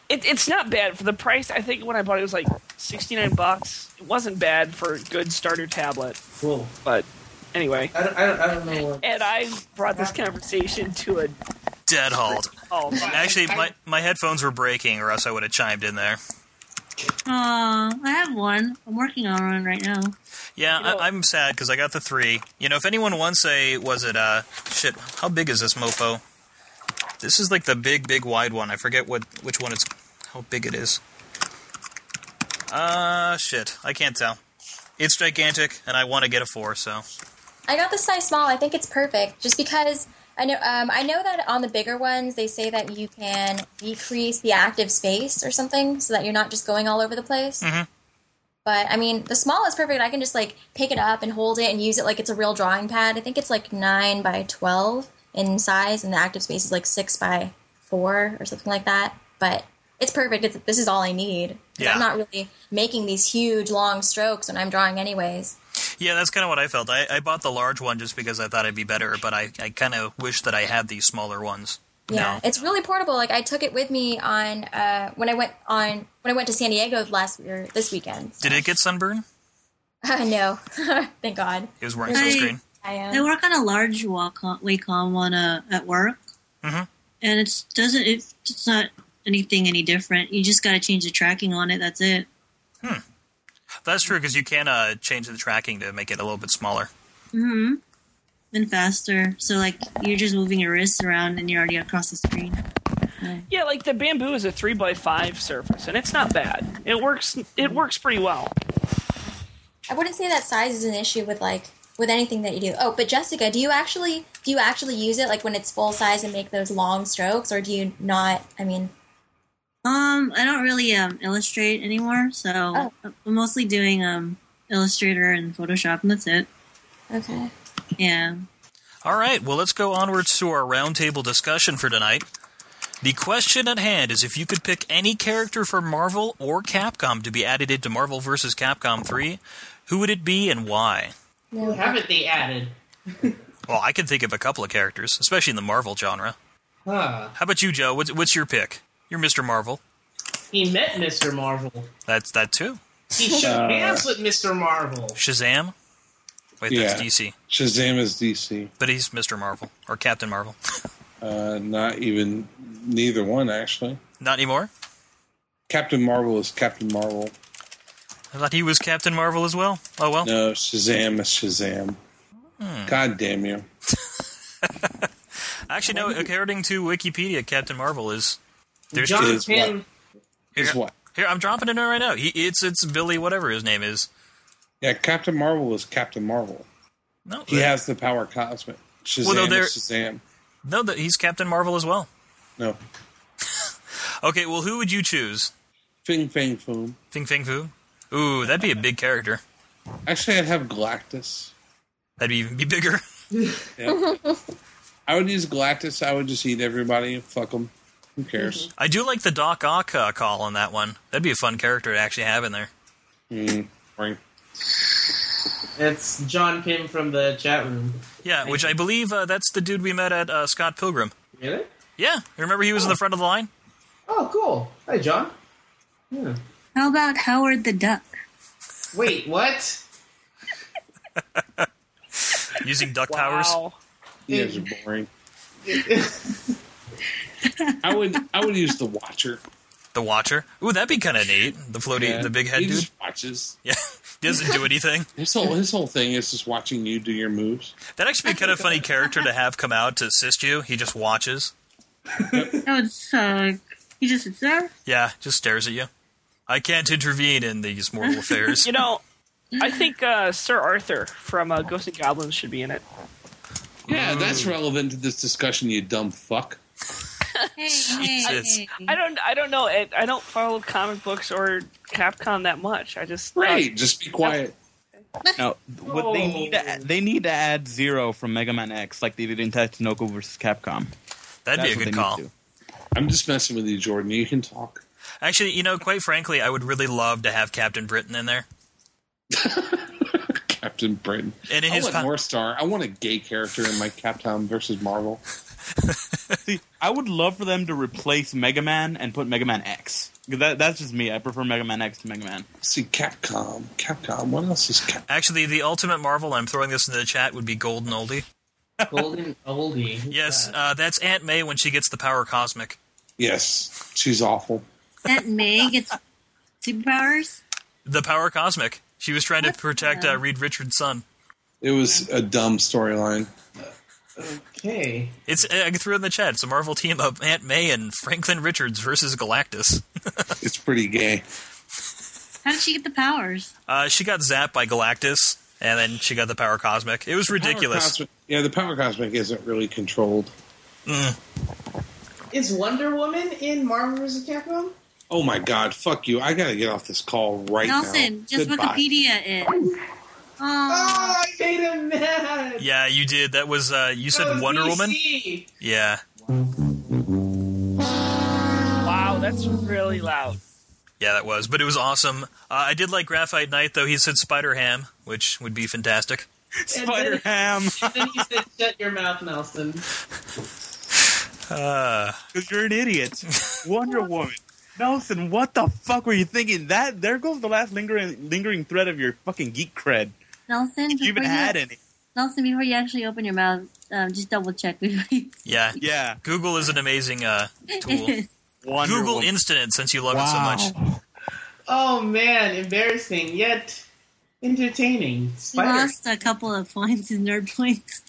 Speaker 7: it, it's not bad for the price. I think when I bought it, it was like 69 bucks. It wasn't bad for a good starter tablet,
Speaker 4: Cool.
Speaker 7: but anyway.
Speaker 4: I don't, I don't, I don't know what.
Speaker 7: And I brought this conversation to a
Speaker 3: Dead halt.
Speaker 7: oh my
Speaker 3: Actually, my, my headphones were breaking, or else I would have chimed in there.
Speaker 8: Aw, I have one. I'm working on one right now.
Speaker 3: Yeah,
Speaker 7: You know-
Speaker 3: I, I'm sad because I got the three. You know, if anyone wants a, was it uh, shit? How big is this mofo? This is like the big, big wide one. I forget what which one it's, how big it is. Uh, shit, I can't tell. It's gigantic, and I want to get a four. So
Speaker 2: I got the size small. I think it's perfect, just because I know um, I know that on the bigger ones they say that you can decrease the active space or something, so that you're not just going all over the place.
Speaker 3: Mhm.
Speaker 2: But I mean, the small is perfect. I can just like pick it up and hold it and use it like it's a real drawing pad. I think it's like nine by twelve in size, and the active space is like six by four or something like that. But it's perfect. It's, this is all I need. 'Cause
Speaker 3: Yeah.
Speaker 2: I'm not really making these huge long strokes when I'm drawing, anyways.
Speaker 3: yeah, that's kind of what I felt. I, I bought the large one just because I thought it'd be better, but I, I kind of wish that I had these smaller ones.
Speaker 2: Yeah,
Speaker 3: now.
Speaker 2: it's really portable. Like I took it with me on uh, when I went on when I went to San Diego last year this weekend. (laughs)
Speaker 3: Did it get sunburn?
Speaker 2: Uh, no, (laughs) thank God.
Speaker 3: It was wearing
Speaker 8: I-
Speaker 3: sunscreen.
Speaker 2: I um,
Speaker 8: I
Speaker 2: am.
Speaker 8: work on a large Wacom, Wacom one uh, at work,
Speaker 3: Mhm.
Speaker 8: and it's doesn't it, it's not anything any different. You just got to change the tracking on it. That's it.
Speaker 3: That's true because you can uh, change the tracking to make it a little bit smaller.
Speaker 8: hmm And faster. So like you're just moving your wrists around, and you're already across the screen.
Speaker 7: Yeah, like the bamboo is a three by five surface, and it's not bad. It works. It works pretty well.
Speaker 2: I wouldn't say that size is an issue with like with anything that you do. Oh, but Jessica, do you actually do you actually use it like when it's full size and make those long strokes, or do you not? I mean,
Speaker 8: Um, I don't really um illustrate anymore, so
Speaker 2: Oh.
Speaker 8: I'm mostly doing um Illustrator and Photoshop, and that's it.
Speaker 2: okay.
Speaker 8: Yeah.
Speaker 3: All right, well, let's go onwards to our roundtable discussion for tonight. The question at hand is if you could pick any character from Marvel or Capcom to be added into Marvel vs. Capcom 3, who would it be and why?
Speaker 4: Who haven't they added?
Speaker 3: Well, I can think of a couple of characters, especially in the Marvel genre.
Speaker 4: Huh.
Speaker 3: How about you, Joe? What's, what's your pick? You're Mr. Marvel.
Speaker 4: He met Mr. Marvel.
Speaker 3: That's that too.
Speaker 4: He shook
Speaker 5: Uh.
Speaker 4: hands with Mr. Marvel.
Speaker 3: Shazam? Wait, that's
Speaker 5: Yeah.
Speaker 3: DC.
Speaker 5: Shazam is DC.
Speaker 3: But he's Mr. Marvel or Captain Marvel.
Speaker 5: Uh, not even neither one actually.
Speaker 3: Not anymore?
Speaker 5: Captain Marvel is Captain Marvel.
Speaker 3: I thought he was Captain Marvel as well. Oh, well.
Speaker 5: No, Shazam is Shazam.
Speaker 3: Hmm.
Speaker 5: God damn you!
Speaker 3: Actually, no. According to Wikipedia, Captain Marvel is There's
Speaker 4: John
Speaker 5: is
Speaker 4: Penn.
Speaker 5: Is what?
Speaker 3: Here, I'm dropping it in right now. He, it's it's Billy, whatever his name is.
Speaker 5: Yeah, Captain Marvel is Captain Marvel.
Speaker 3: No,
Speaker 5: He has the power cosmic. Shazam
Speaker 3: Well, no,
Speaker 5: is
Speaker 3: there-
Speaker 5: Shazam.
Speaker 3: no, that he's Captain Marvel as well.
Speaker 5: No.
Speaker 3: Okay, well, who would you choose?
Speaker 5: Fing Fang Foom.
Speaker 3: Fing Fing Foo. Ooh, that'd be a big character.
Speaker 5: Actually, I'd have Galactus.
Speaker 3: That'd even be bigger. (laughs)
Speaker 5: I would use Galactus. I would just eat everybody. Fuck them. Who cares?
Speaker 3: I do like the Doc Ock uh, call on that one. That'd be a fun character to actually have in there. Mm-hmm.
Speaker 5: Mm, boring.
Speaker 4: It's John Pym from the chat room.
Speaker 3: Yeah, which I believe uh, that's the dude we met at uh, Scott Pilgrim.
Speaker 4: Really?
Speaker 3: Yeah, remember he was in the front of the line.
Speaker 4: Oh, cool. Hi, John. Yeah.
Speaker 8: How about Howard the Duck?
Speaker 4: Wait, what? (laughs)
Speaker 3: using duck
Speaker 7: Wow.
Speaker 3: powers.
Speaker 5: You guys
Speaker 3: Mm.
Speaker 5: are boring. I would. I would use the Watcher.
Speaker 3: The Watcher. Ooh, that'd be kind of neat. The floaty,
Speaker 5: Yeah.
Speaker 3: the big head
Speaker 5: He
Speaker 3: dude. (laughs)
Speaker 5: just watches.
Speaker 3: Yeah, doesn't do anything.
Speaker 5: His whole his whole thing is just watching you do your moves.
Speaker 3: That'd actually be kind of funny character to have come out to assist you. He just watches.
Speaker 8: That would suck. He just sits there.
Speaker 3: Yeah, just stares at you. I can't intervene in these
Speaker 5: (laughs)
Speaker 3: mortal affairs.
Speaker 7: You know, I think uh, Sir Arthur from uh, Ghosts and Goblins should be in it.
Speaker 5: Yeah, that's relevant to this discussion. You dumb fuck.
Speaker 8: Hey, hey,
Speaker 3: Jesus.
Speaker 8: hey.
Speaker 7: I don't. I don't know. I, I don't follow comic books or Capcom that much. I just
Speaker 5: Right. Just be quiet.
Speaker 9: Now, what they need to add, they need to add zero from Mega Man X, like they did in Tatsunoko versus Capcom.
Speaker 3: That'd be a good call.
Speaker 5: I'm just messing with you, Jordan. You can talk.
Speaker 3: Actually, you know, quite frankly, I would really love to have Captain Britain in there.
Speaker 5: Captain Britain.
Speaker 3: And in
Speaker 5: I
Speaker 3: his
Speaker 5: want
Speaker 3: po-
Speaker 5: North Star. I want a gay character in my Captain versus Marvel.
Speaker 9: See, I would love for them to replace Mega Man and put Mega Man X. 'Cause That, that's just me. I prefer Mega Man X to Mega
Speaker 3: (laughs)
Speaker 9: Man.
Speaker 5: see, Capcom. Capcom. What else is Cap?
Speaker 3: Actually, the ultimate marvel, and I'm throwing this into the chat, would be Golden Oldie.
Speaker 4: Golden oldie. Who's
Speaker 3: Yes,
Speaker 4: that?
Speaker 3: uh, that's Aunt May when she gets the power cosmic.
Speaker 5: Yes, she's awful.
Speaker 8: That May gets superpowers.
Speaker 3: The power cosmic. She was trying to protect uh, Reed Richards' son.
Speaker 5: It was a dumb storyline.
Speaker 4: Okay.
Speaker 3: It's uh, I threw it in the chat. It's a Marvel team up: Aunt May and Franklin Richards versus Galactus.
Speaker 5: It's pretty gay.
Speaker 8: How did she get the powers?
Speaker 3: Uh, she got zapped by Galactus, and then she got the power cosmic. It was
Speaker 5: Power
Speaker 3: ridiculous.
Speaker 5: Cosmic, yeah, the power cosmic isn't really controlled.
Speaker 4: Is Wonder Woman in Marvel vs. Capcom?
Speaker 5: Oh my god, fuck you! I gotta get off this call right
Speaker 8: Nelson,
Speaker 5: now.
Speaker 8: just
Speaker 5: Goodbye.
Speaker 8: Wikipedia it. Oh,
Speaker 4: Oh, I made him mad.
Speaker 3: Yeah, Ah! you did. That was uh, you said
Speaker 5: Oh,
Speaker 4: Oh,
Speaker 3: Wonder Woman. Yeah,
Speaker 7: Wow, that's really loud.
Speaker 3: yeah, that was. But it was awesome. Uh, I did like Graphite Knight though. He said Spider Ham, which would be fantastic.
Speaker 9: Spider Ham,
Speaker 4: And (laughs) then he said, "Shut your mouth, Nelson."
Speaker 3: Uh,
Speaker 9: because you're an
Speaker 3: (laughs)
Speaker 9: idiot. Wonder Woman. Nelson, what the fuck were you thinking? That there goes the last lingering lingering thread of your fucking geek cred.
Speaker 8: Nelson,
Speaker 9: If you even
Speaker 8: before
Speaker 9: had
Speaker 8: you,
Speaker 9: any.
Speaker 8: Nelson, before you actually open your mouth, um, just double check before you. (laughs)
Speaker 3: yeah,
Speaker 9: Yeah.
Speaker 3: Google is an amazing uh, tool.
Speaker 9: (laughs) Wonder
Speaker 3: Google
Speaker 9: Woman.
Speaker 3: Instant, it since you love
Speaker 9: Wow.
Speaker 3: it so much.
Speaker 4: Oh man, embarrassing yet entertaining.
Speaker 8: He
Speaker 4: Spider.
Speaker 8: lost a couple of points, his nerd points.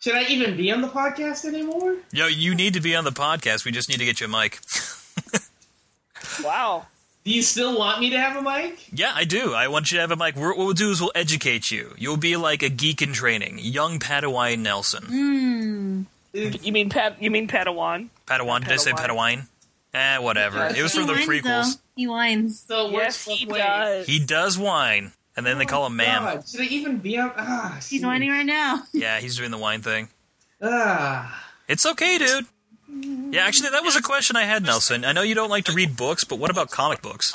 Speaker 4: Should I even be on the podcast anymore?
Speaker 3: Yo, you need to be on the podcast. We just need to get you a mic. (laughs)
Speaker 7: Wow.
Speaker 4: Do you still want me to have a mic?
Speaker 3: Yeah, I do. I want you to have a mic. We're, what we'll do is we'll educate you. You'll be like a geek in training, young Padawan Nelson.
Speaker 8: Hmm.
Speaker 7: You mean Pat? You mean Padawan?
Speaker 3: Padawan? Did I say Padawan? Eh, whatever. It was from the
Speaker 8: he whines,
Speaker 3: prequels.
Speaker 8: though. He whines.
Speaker 4: So it
Speaker 7: Yes,
Speaker 4: works
Speaker 7: he
Speaker 4: both ways. Oh,
Speaker 7: does.
Speaker 3: He does whine, and then they
Speaker 8: Oh,
Speaker 3: call him "ma'am."
Speaker 4: God, should I even be on? Ah,
Speaker 8: He's
Speaker 4: shoot.
Speaker 8: whining right now.
Speaker 3: Yeah, he's doing the whine thing.
Speaker 4: Ah,
Speaker 3: It's okay, dude. Yeah, actually, that was a question I had, Nelson. I know you don't like to read books, but what about comic books?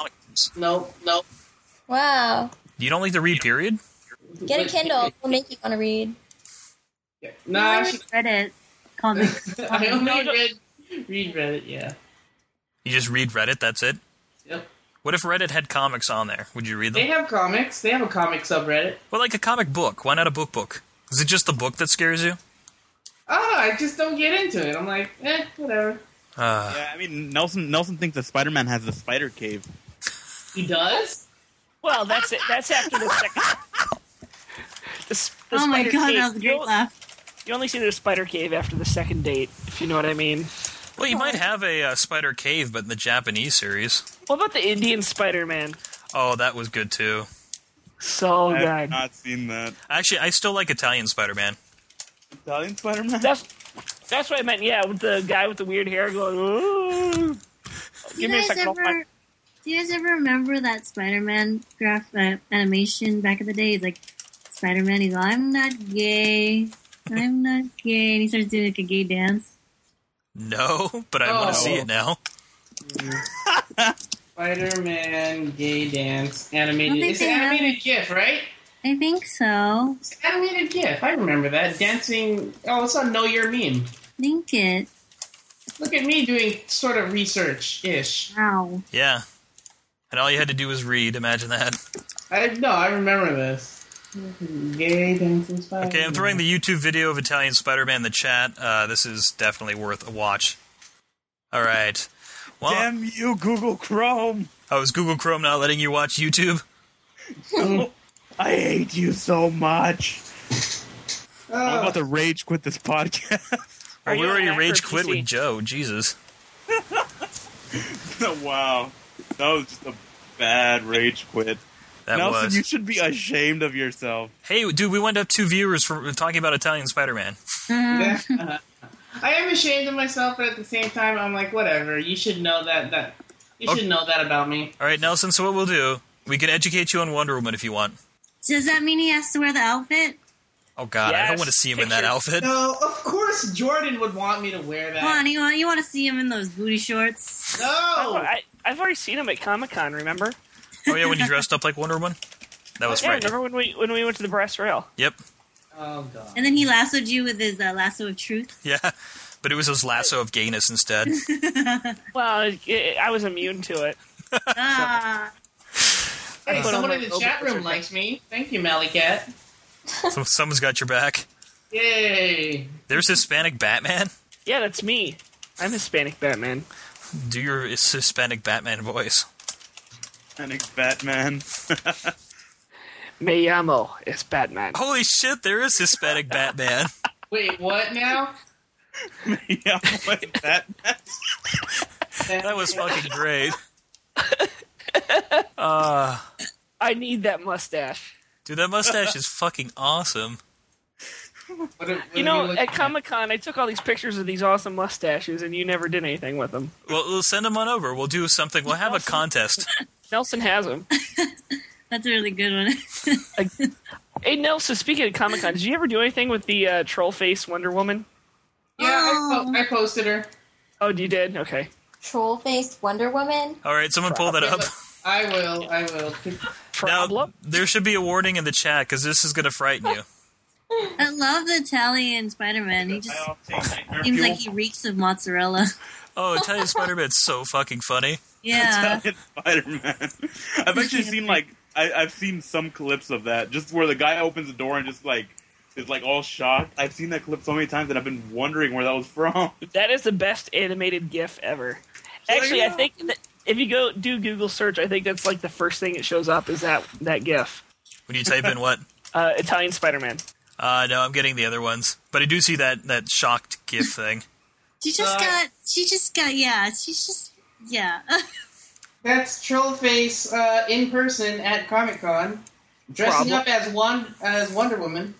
Speaker 4: no, no.
Speaker 2: Wow.
Speaker 3: You don't like to read, period?
Speaker 2: Get a Kindle. We'll make you want to read.
Speaker 4: No,
Speaker 8: I
Speaker 4: I,
Speaker 8: always read it.
Speaker 4: (laughs)
Speaker 8: Comics.
Speaker 4: should- I only read read Reddit. Yeah.
Speaker 3: You just read Reddit. That's it.
Speaker 4: Yep.
Speaker 3: What if Reddit had comics on there? Would you read
Speaker 4: They
Speaker 3: them?
Speaker 4: have comics. They have a comic subreddit.
Speaker 3: Well, like a comic book. Why not a book book? Is it just the book that scares you?
Speaker 4: Ah, I just don't get into it. I'm like, eh, whatever.
Speaker 3: Uh,
Speaker 9: Yeah, I mean Nelson Nelson thinks that Spider Man has the spider cave.
Speaker 4: He does.
Speaker 7: Well, that's it. That's after the second. The, s- the
Speaker 8: oh my
Speaker 7: spider
Speaker 8: god,
Speaker 7: cave.
Speaker 8: that was a great
Speaker 7: you,
Speaker 8: laugh.
Speaker 7: you only see the spider cave after the second date, if you know what I mean.
Speaker 3: Well, you might have a uh, Spider Cave, but in the Japanese series.
Speaker 7: What about the Indian Spider Man?
Speaker 3: Oh, that was good too.
Speaker 7: So
Speaker 6: I have
Speaker 7: good.
Speaker 6: not seen that.
Speaker 3: Actually, I still like Italian Spider Man.
Speaker 6: Italian Spider Man?
Speaker 7: That's that's what I meant. Yeah, with the guy with the weird hair going. Ooh.
Speaker 8: Do you
Speaker 7: Give me a
Speaker 8: guys
Speaker 7: second. I'll
Speaker 8: ever?
Speaker 7: find-
Speaker 8: Do you guys ever remember that Spider-Man graph uh, animation back in the day? It's like Spider-Man. He's like, "I'm not gay. I'm not gay," and he starts doing like a gay dance.
Speaker 3: No, but I want
Speaker 4: Oh.
Speaker 3: to see it now.
Speaker 4: Spider-Man gay dance
Speaker 8: I don't
Speaker 4: animated.
Speaker 8: think
Speaker 4: It's
Speaker 8: they
Speaker 4: an
Speaker 8: have
Speaker 4: animated GIF, right?
Speaker 8: I think so.
Speaker 4: It's an animated GIF. I remember that dancing. Oh, it's on Know Your Meme.
Speaker 8: Think it.
Speaker 4: Look at me doing sort of research ish.
Speaker 8: Wow.
Speaker 3: Yeah. And all you had to do was read. Imagine that.
Speaker 4: I no, I remember this. Gay dancing Spider.
Speaker 3: Okay, I'm throwing the YouTube video of Italian Spider Man in the chat. Uh, this is definitely worth a watch. All right. Well,
Speaker 9: Damn you, Google Chrome! (laughs)
Speaker 3: I was Google Chrome not letting you watch YouTube.
Speaker 9: I hate you so much. I'm
Speaker 4: Oh,
Speaker 9: about to rage quit this podcast. (laughs)
Speaker 7: Are
Speaker 3: Well, we
Speaker 7: you
Speaker 3: already
Speaker 7: an Mac or
Speaker 3: rage quit
Speaker 7: PC?
Speaker 3: with Joe. Jesus.
Speaker 6: wow. That was just a bad rage quit.
Speaker 3: That
Speaker 9: Nelson,
Speaker 3: was.
Speaker 9: you should be ashamed of yourself.
Speaker 3: Hey, dude, we went up two viewers for talking about Italian Spider Man.
Speaker 8: Uh,
Speaker 4: yeah. Uh-huh. I am ashamed of myself, but at the same time, I'm like, whatever. You should know that that you
Speaker 3: Okay.
Speaker 4: should know that about me.
Speaker 3: All right, Nelson, so what we'll do, we can educate you on Wonder Woman if you want.
Speaker 8: does that mean he has to wear the outfit?
Speaker 3: Oh, God, I don't
Speaker 7: Yes,
Speaker 3: want to see him in that
Speaker 7: picture.
Speaker 3: outfit.
Speaker 4: No, of course Jordan would want me to wear
Speaker 8: Come
Speaker 4: that.
Speaker 8: on, you want you want to see him in those booty shorts?
Speaker 7: Oh,
Speaker 4: No,
Speaker 7: I, I've already seen him at Comic Con. Remember?
Speaker 3: Oh, yeah, when you dressed up like Wonder Woman? That was
Speaker 7: yeah,
Speaker 3: frightening.
Speaker 7: remember when we when we went to the brass rail?
Speaker 3: Yep.
Speaker 4: oh god.
Speaker 8: And then he lassoed you with his uh, lasso of truth.
Speaker 3: (laughs)
Speaker 8: (laughs)
Speaker 3: Yeah. But it was his lasso of gayness instead. (laughs)
Speaker 7: Well, it, it, I was immune to it. (laughs)
Speaker 8: Ah,
Speaker 4: Hey,
Speaker 7: put on
Speaker 4: someone
Speaker 7: my
Speaker 4: in the
Speaker 7: robe
Speaker 4: chat
Speaker 7: because
Speaker 4: room
Speaker 7: I-
Speaker 4: likes me. Thank you, Malikat.
Speaker 3: so someone's got your back.
Speaker 4: Yay!
Speaker 3: There's Hispanic Batman.
Speaker 7: Yeah, that's me. I'm Hispanic Batman.
Speaker 3: Do your Hispanic Batman voice.
Speaker 6: And it's Batman.
Speaker 9: (laughs)
Speaker 7: Me llamo is Batman.
Speaker 3: Holy shit, there is Hispanic Batman.
Speaker 4: Wait, what now?
Speaker 6: yeah, what, Batman?
Speaker 3: That was fucking great. Uh,
Speaker 7: I need that mustache.
Speaker 3: Dude, that mustache is fucking awesome.
Speaker 4: What do- what do
Speaker 7: You know,
Speaker 4: look
Speaker 7: at
Speaker 4: like?
Speaker 7: Comic Con, I took all these pictures of these awesome mustaches, and you never did anything with them.
Speaker 3: Well, we'll send him on over. We'll do something. We'll have a contest.
Speaker 7: Nelson has them.
Speaker 8: that's a really good one. (laughs)
Speaker 7: Hey, Nelson, speaking of Comic Con, did you ever do anything with the uh, troll face Wonder Woman?
Speaker 4: Yeah, I, po- I posted her.
Speaker 7: Oh, you did? Okay.
Speaker 2: Troll faced Wonder Woman.
Speaker 3: All right, someone pull that up.
Speaker 4: I will. I will.
Speaker 3: Now,
Speaker 7: Problem?
Speaker 3: there should be a warning in the chat because this is going to frighten you.
Speaker 8: I love the Italian Spider-Man. He just seems like he reeks of
Speaker 7: (laughs)
Speaker 8: mozzarella. (laughs)
Speaker 3: Oh, Italian Spider Man's so fucking funny.
Speaker 6: (laughs)
Speaker 4: Uh.
Speaker 8: Yeah.
Speaker 6: Spider Man.
Speaker 4: (laughs)
Speaker 6: I've actually seen like I, I've seen some clips of that, just where the guy opens the door and just like is like all shocked. I've seen that clip so many times that I've been wondering where that was from. (laughs)
Speaker 7: That is the best animated GIF ever. Actually, I think that if you go do Google search, I think that's like the first thing that shows up is that that GIF.
Speaker 3: When you type in what?
Speaker 7: Uh, Italian Spider Man.
Speaker 3: Uh, no, I'm getting the other ones. But I do see that, that shocked GIF thing.
Speaker 8: She just
Speaker 4: Uh,
Speaker 8: got. She just got. Yeah. She's just. Yeah. (laughs)
Speaker 4: That's Trollface uh, in person at Comic Con, dressing
Speaker 7: Problem.
Speaker 4: up as one as Wonder Woman.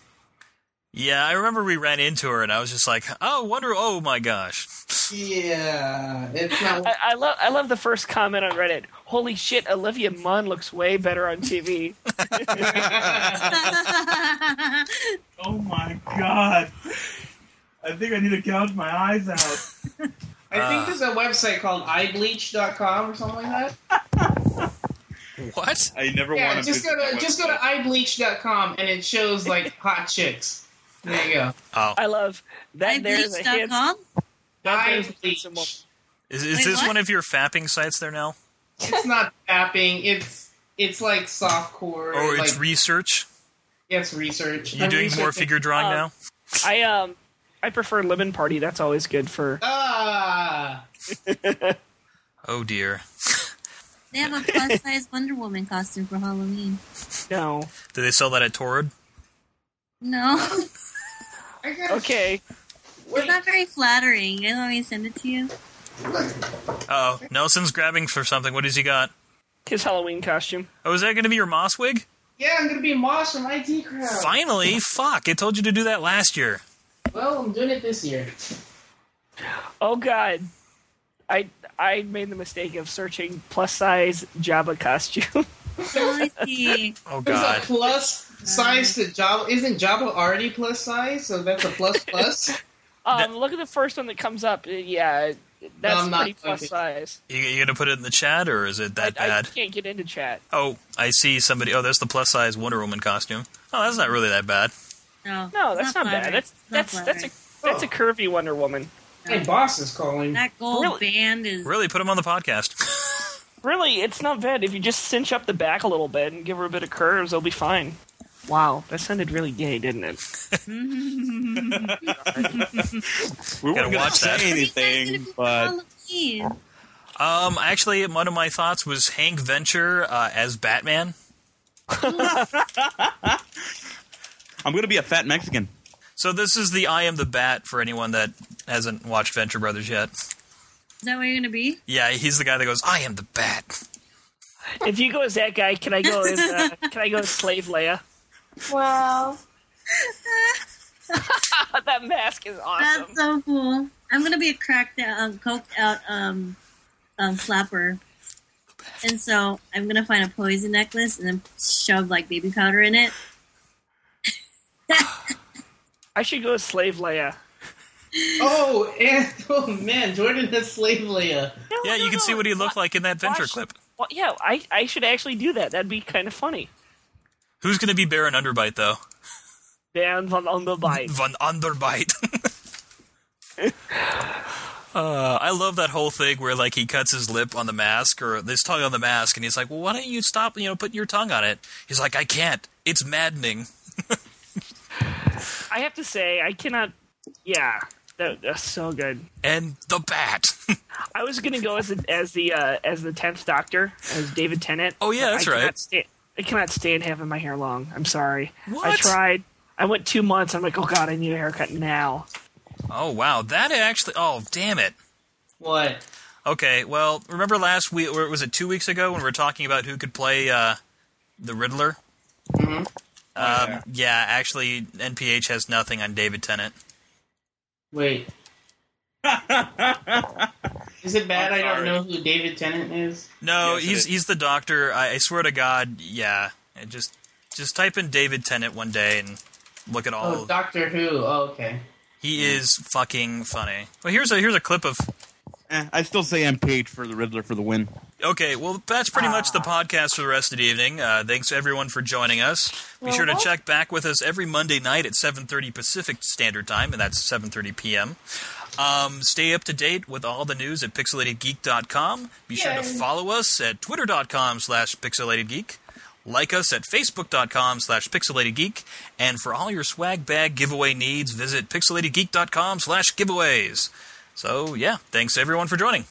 Speaker 3: Yeah, I remember we ran into her and I was just like, oh, wonder, oh my gosh.
Speaker 4: Yeah, it's
Speaker 7: (laughs)
Speaker 4: not.
Speaker 7: I, I love I love the first comment on Reddit. Holy shit, Olivia Munn looks way better on TV.
Speaker 9: Oh my god. I think I need to gouge my eyes out.
Speaker 4: I think there's a website called iBleach.com or something like that.
Speaker 3: What?
Speaker 6: I never
Speaker 4: Yeah,
Speaker 6: want to.
Speaker 4: just go to just go to iBleach.com and it shows like
Speaker 7: (laughs)
Speaker 4: hot chicks. There you go.
Speaker 3: Oh.
Speaker 7: I love that. There's a handsome.
Speaker 8: iBleach.com.
Speaker 7: That there's a
Speaker 4: iBleach.
Speaker 7: handsome woman.
Speaker 3: Is, is
Speaker 8: Wait,
Speaker 3: this
Speaker 8: what?
Speaker 3: one of your fapping sites there now?
Speaker 4: It's not tapping. It's it's like
Speaker 3: Or
Speaker 4: softcore. like,
Speaker 3: Oh, it's research?
Speaker 4: it's research.
Speaker 3: You're
Speaker 4: I'm
Speaker 3: doing more
Speaker 4: researching-
Speaker 3: figure drawing
Speaker 7: Um,
Speaker 3: now?
Speaker 7: I um I prefer lemon party. That's always good for.
Speaker 4: Ah,
Speaker 3: Oh dear.
Speaker 8: They have a plus size Wonder Woman costume for Halloween.
Speaker 7: No.
Speaker 3: Do
Speaker 8: (laughs)
Speaker 3: they sell that at Torrid?
Speaker 8: No.
Speaker 4: I got
Speaker 7: Okay.
Speaker 8: It's not very flattering. You guys want me to send it
Speaker 7: (laughs)
Speaker 8: to you?
Speaker 3: Oh, Nelson's grabbing for something. What has he got?
Speaker 7: His Halloween costume.
Speaker 3: Oh, is that going to be your moss wig?
Speaker 4: Yeah, I'm gonna be a Moss from IT Crowd.
Speaker 3: Finally, fuck! I told you to do that last year.
Speaker 4: Well, I'm doing it this year.
Speaker 7: Oh god. I I made the mistake of searching plus size Jabba costume. (laughs) Um,
Speaker 8: Oh, I see.
Speaker 3: Oh
Speaker 4: There's
Speaker 3: god.
Speaker 4: a plus size to Java. Isn't Java already plus size? So that's a plus plus.
Speaker 7: Um, look at the first one that comes up. Uh, Yeah, that's
Speaker 4: I'm not
Speaker 7: pretty
Speaker 4: going
Speaker 7: plus
Speaker 4: to.
Speaker 7: size.
Speaker 3: You, you gonna put it in the chat, or is it that
Speaker 7: I, I
Speaker 3: bad?
Speaker 7: can't get into chat.
Speaker 3: oh, I see somebody. Oh, that's the plus size Wonder Woman costume. Oh, that's not really that bad.
Speaker 8: No,
Speaker 7: No,
Speaker 8: it's
Speaker 7: that's not, bad.
Speaker 8: flattering.
Speaker 7: That's
Speaker 8: It's not
Speaker 7: that's that's a that's
Speaker 8: flattering.
Speaker 4: Oh.
Speaker 7: a curvy Wonder Woman.
Speaker 4: My boss is calling.
Speaker 8: that gold
Speaker 7: Really?
Speaker 8: band is (laughs)
Speaker 3: Really, put him on the podcast.
Speaker 7: Really, it's not bad. If you just cinch up the back a little bit and give her a bit of curves, it'll be fine. Wow, that sounded really gay,
Speaker 4: (laughs)
Speaker 7: didn't it?
Speaker 6: We
Speaker 3: Gotta
Speaker 6: weren't gonna
Speaker 3: watch that.
Speaker 6: say
Speaker 8: What are you guys gonna
Speaker 6: anything,
Speaker 8: do for
Speaker 6: but
Speaker 8: Halloween?
Speaker 3: Um, actually, one of my thoughts was Hank Venture uh, as Batman.
Speaker 9: I'm gonna be a fat Mexican.
Speaker 3: So this is the I am the Bat for anyone that hasn't watched Venture Brothers yet.
Speaker 8: Is that what you're gonna be? (laughs)
Speaker 3: Yeah, he's the guy that goes, "I am the Bat."
Speaker 7: If you go as that guy, can I go as uh, can I go as Slave Leia? (laughs)
Speaker 2: Wow.
Speaker 7: that mask is awesome.
Speaker 8: That's so cool. I'm gonna be a cracked out, um, coked out, um, um, flapper. And so I'm gonna find a poison necklace and then shove like baby powder in it.
Speaker 7: I should go as Slave Leia.
Speaker 4: Oh, and (laughs) oh man, Jordan has slave Leia.
Speaker 7: No,
Speaker 3: Yeah,
Speaker 7: Oh, no,
Speaker 3: you can see
Speaker 7: no.
Speaker 3: what he looked like in that Venture
Speaker 7: Watch-
Speaker 3: clip.
Speaker 7: Well, yeah, I, I should actually do that. That'd be kind of funny.
Speaker 3: Who's gonna be Baron Underbite though?
Speaker 7: Down on, on the
Speaker 3: (laughs)
Speaker 7: bike.
Speaker 3: Von Underbite. Uh, I love that whole thing where like he cuts his lip on the mask or his tongue on the mask, and he's like, "Well, why don't you stop? You know, putting your tongue on it." He's like, "I can't. It's maddening."
Speaker 7: I have to say, I cannot. Yeah, that, that's so good.
Speaker 3: And the bat. (laughs)
Speaker 7: I was gonna go as the, as the uh, as the tenth Doctor as David Tennant.
Speaker 3: Oh, yeah,
Speaker 7: but
Speaker 3: that's
Speaker 7: I
Speaker 3: right.
Speaker 7: Cannot sta- I cannot stand having my hair long. I'm sorry. I
Speaker 3: What?
Speaker 7: tried. I went two months. I'm like, oh god, I need a haircut now.
Speaker 3: oh wow, that actually. Oh damn it.
Speaker 4: What?
Speaker 3: Okay, well, remember last week, or was it two weeks ago, when we were talking about who could play uh, the Riddler? Mm-hmm. Um, yeah. actually, NPH has nothing on David Tennant.
Speaker 4: (laughs) Wait. is it bad
Speaker 6: I'm
Speaker 4: I don't
Speaker 6: sorry.
Speaker 4: know who David Tennant is?
Speaker 3: No,
Speaker 6: Yes, it
Speaker 3: he's
Speaker 6: is.
Speaker 3: he's the doctor. I, I swear to God, yeah. And just just type in David Tennant one day and look at all.
Speaker 4: Oh, Doctor Who. Oh, okay.
Speaker 3: he is fucking funny. Well, here's a here's a clip of.
Speaker 9: Eh, I still say MPH for the Riddler for the win.
Speaker 3: Okay, well, that's pretty much the podcast for the rest of the evening. Uh, thanks everyone for joining us. Be sure to check back with us every Monday night at 7:30 Pacific Standard Time, and that's 7:30 p.m. Um, stay up to date with all the news at pixelatedgeek.com. Be sure to follow us at twitter.com slash pixelatedgeek. Like us at facebook.com slash pixelatedgeek. And for all your swag bag giveaway needs, visit pixelatedgeek.com slash giveaways. So, yeah, thanks everyone for joining.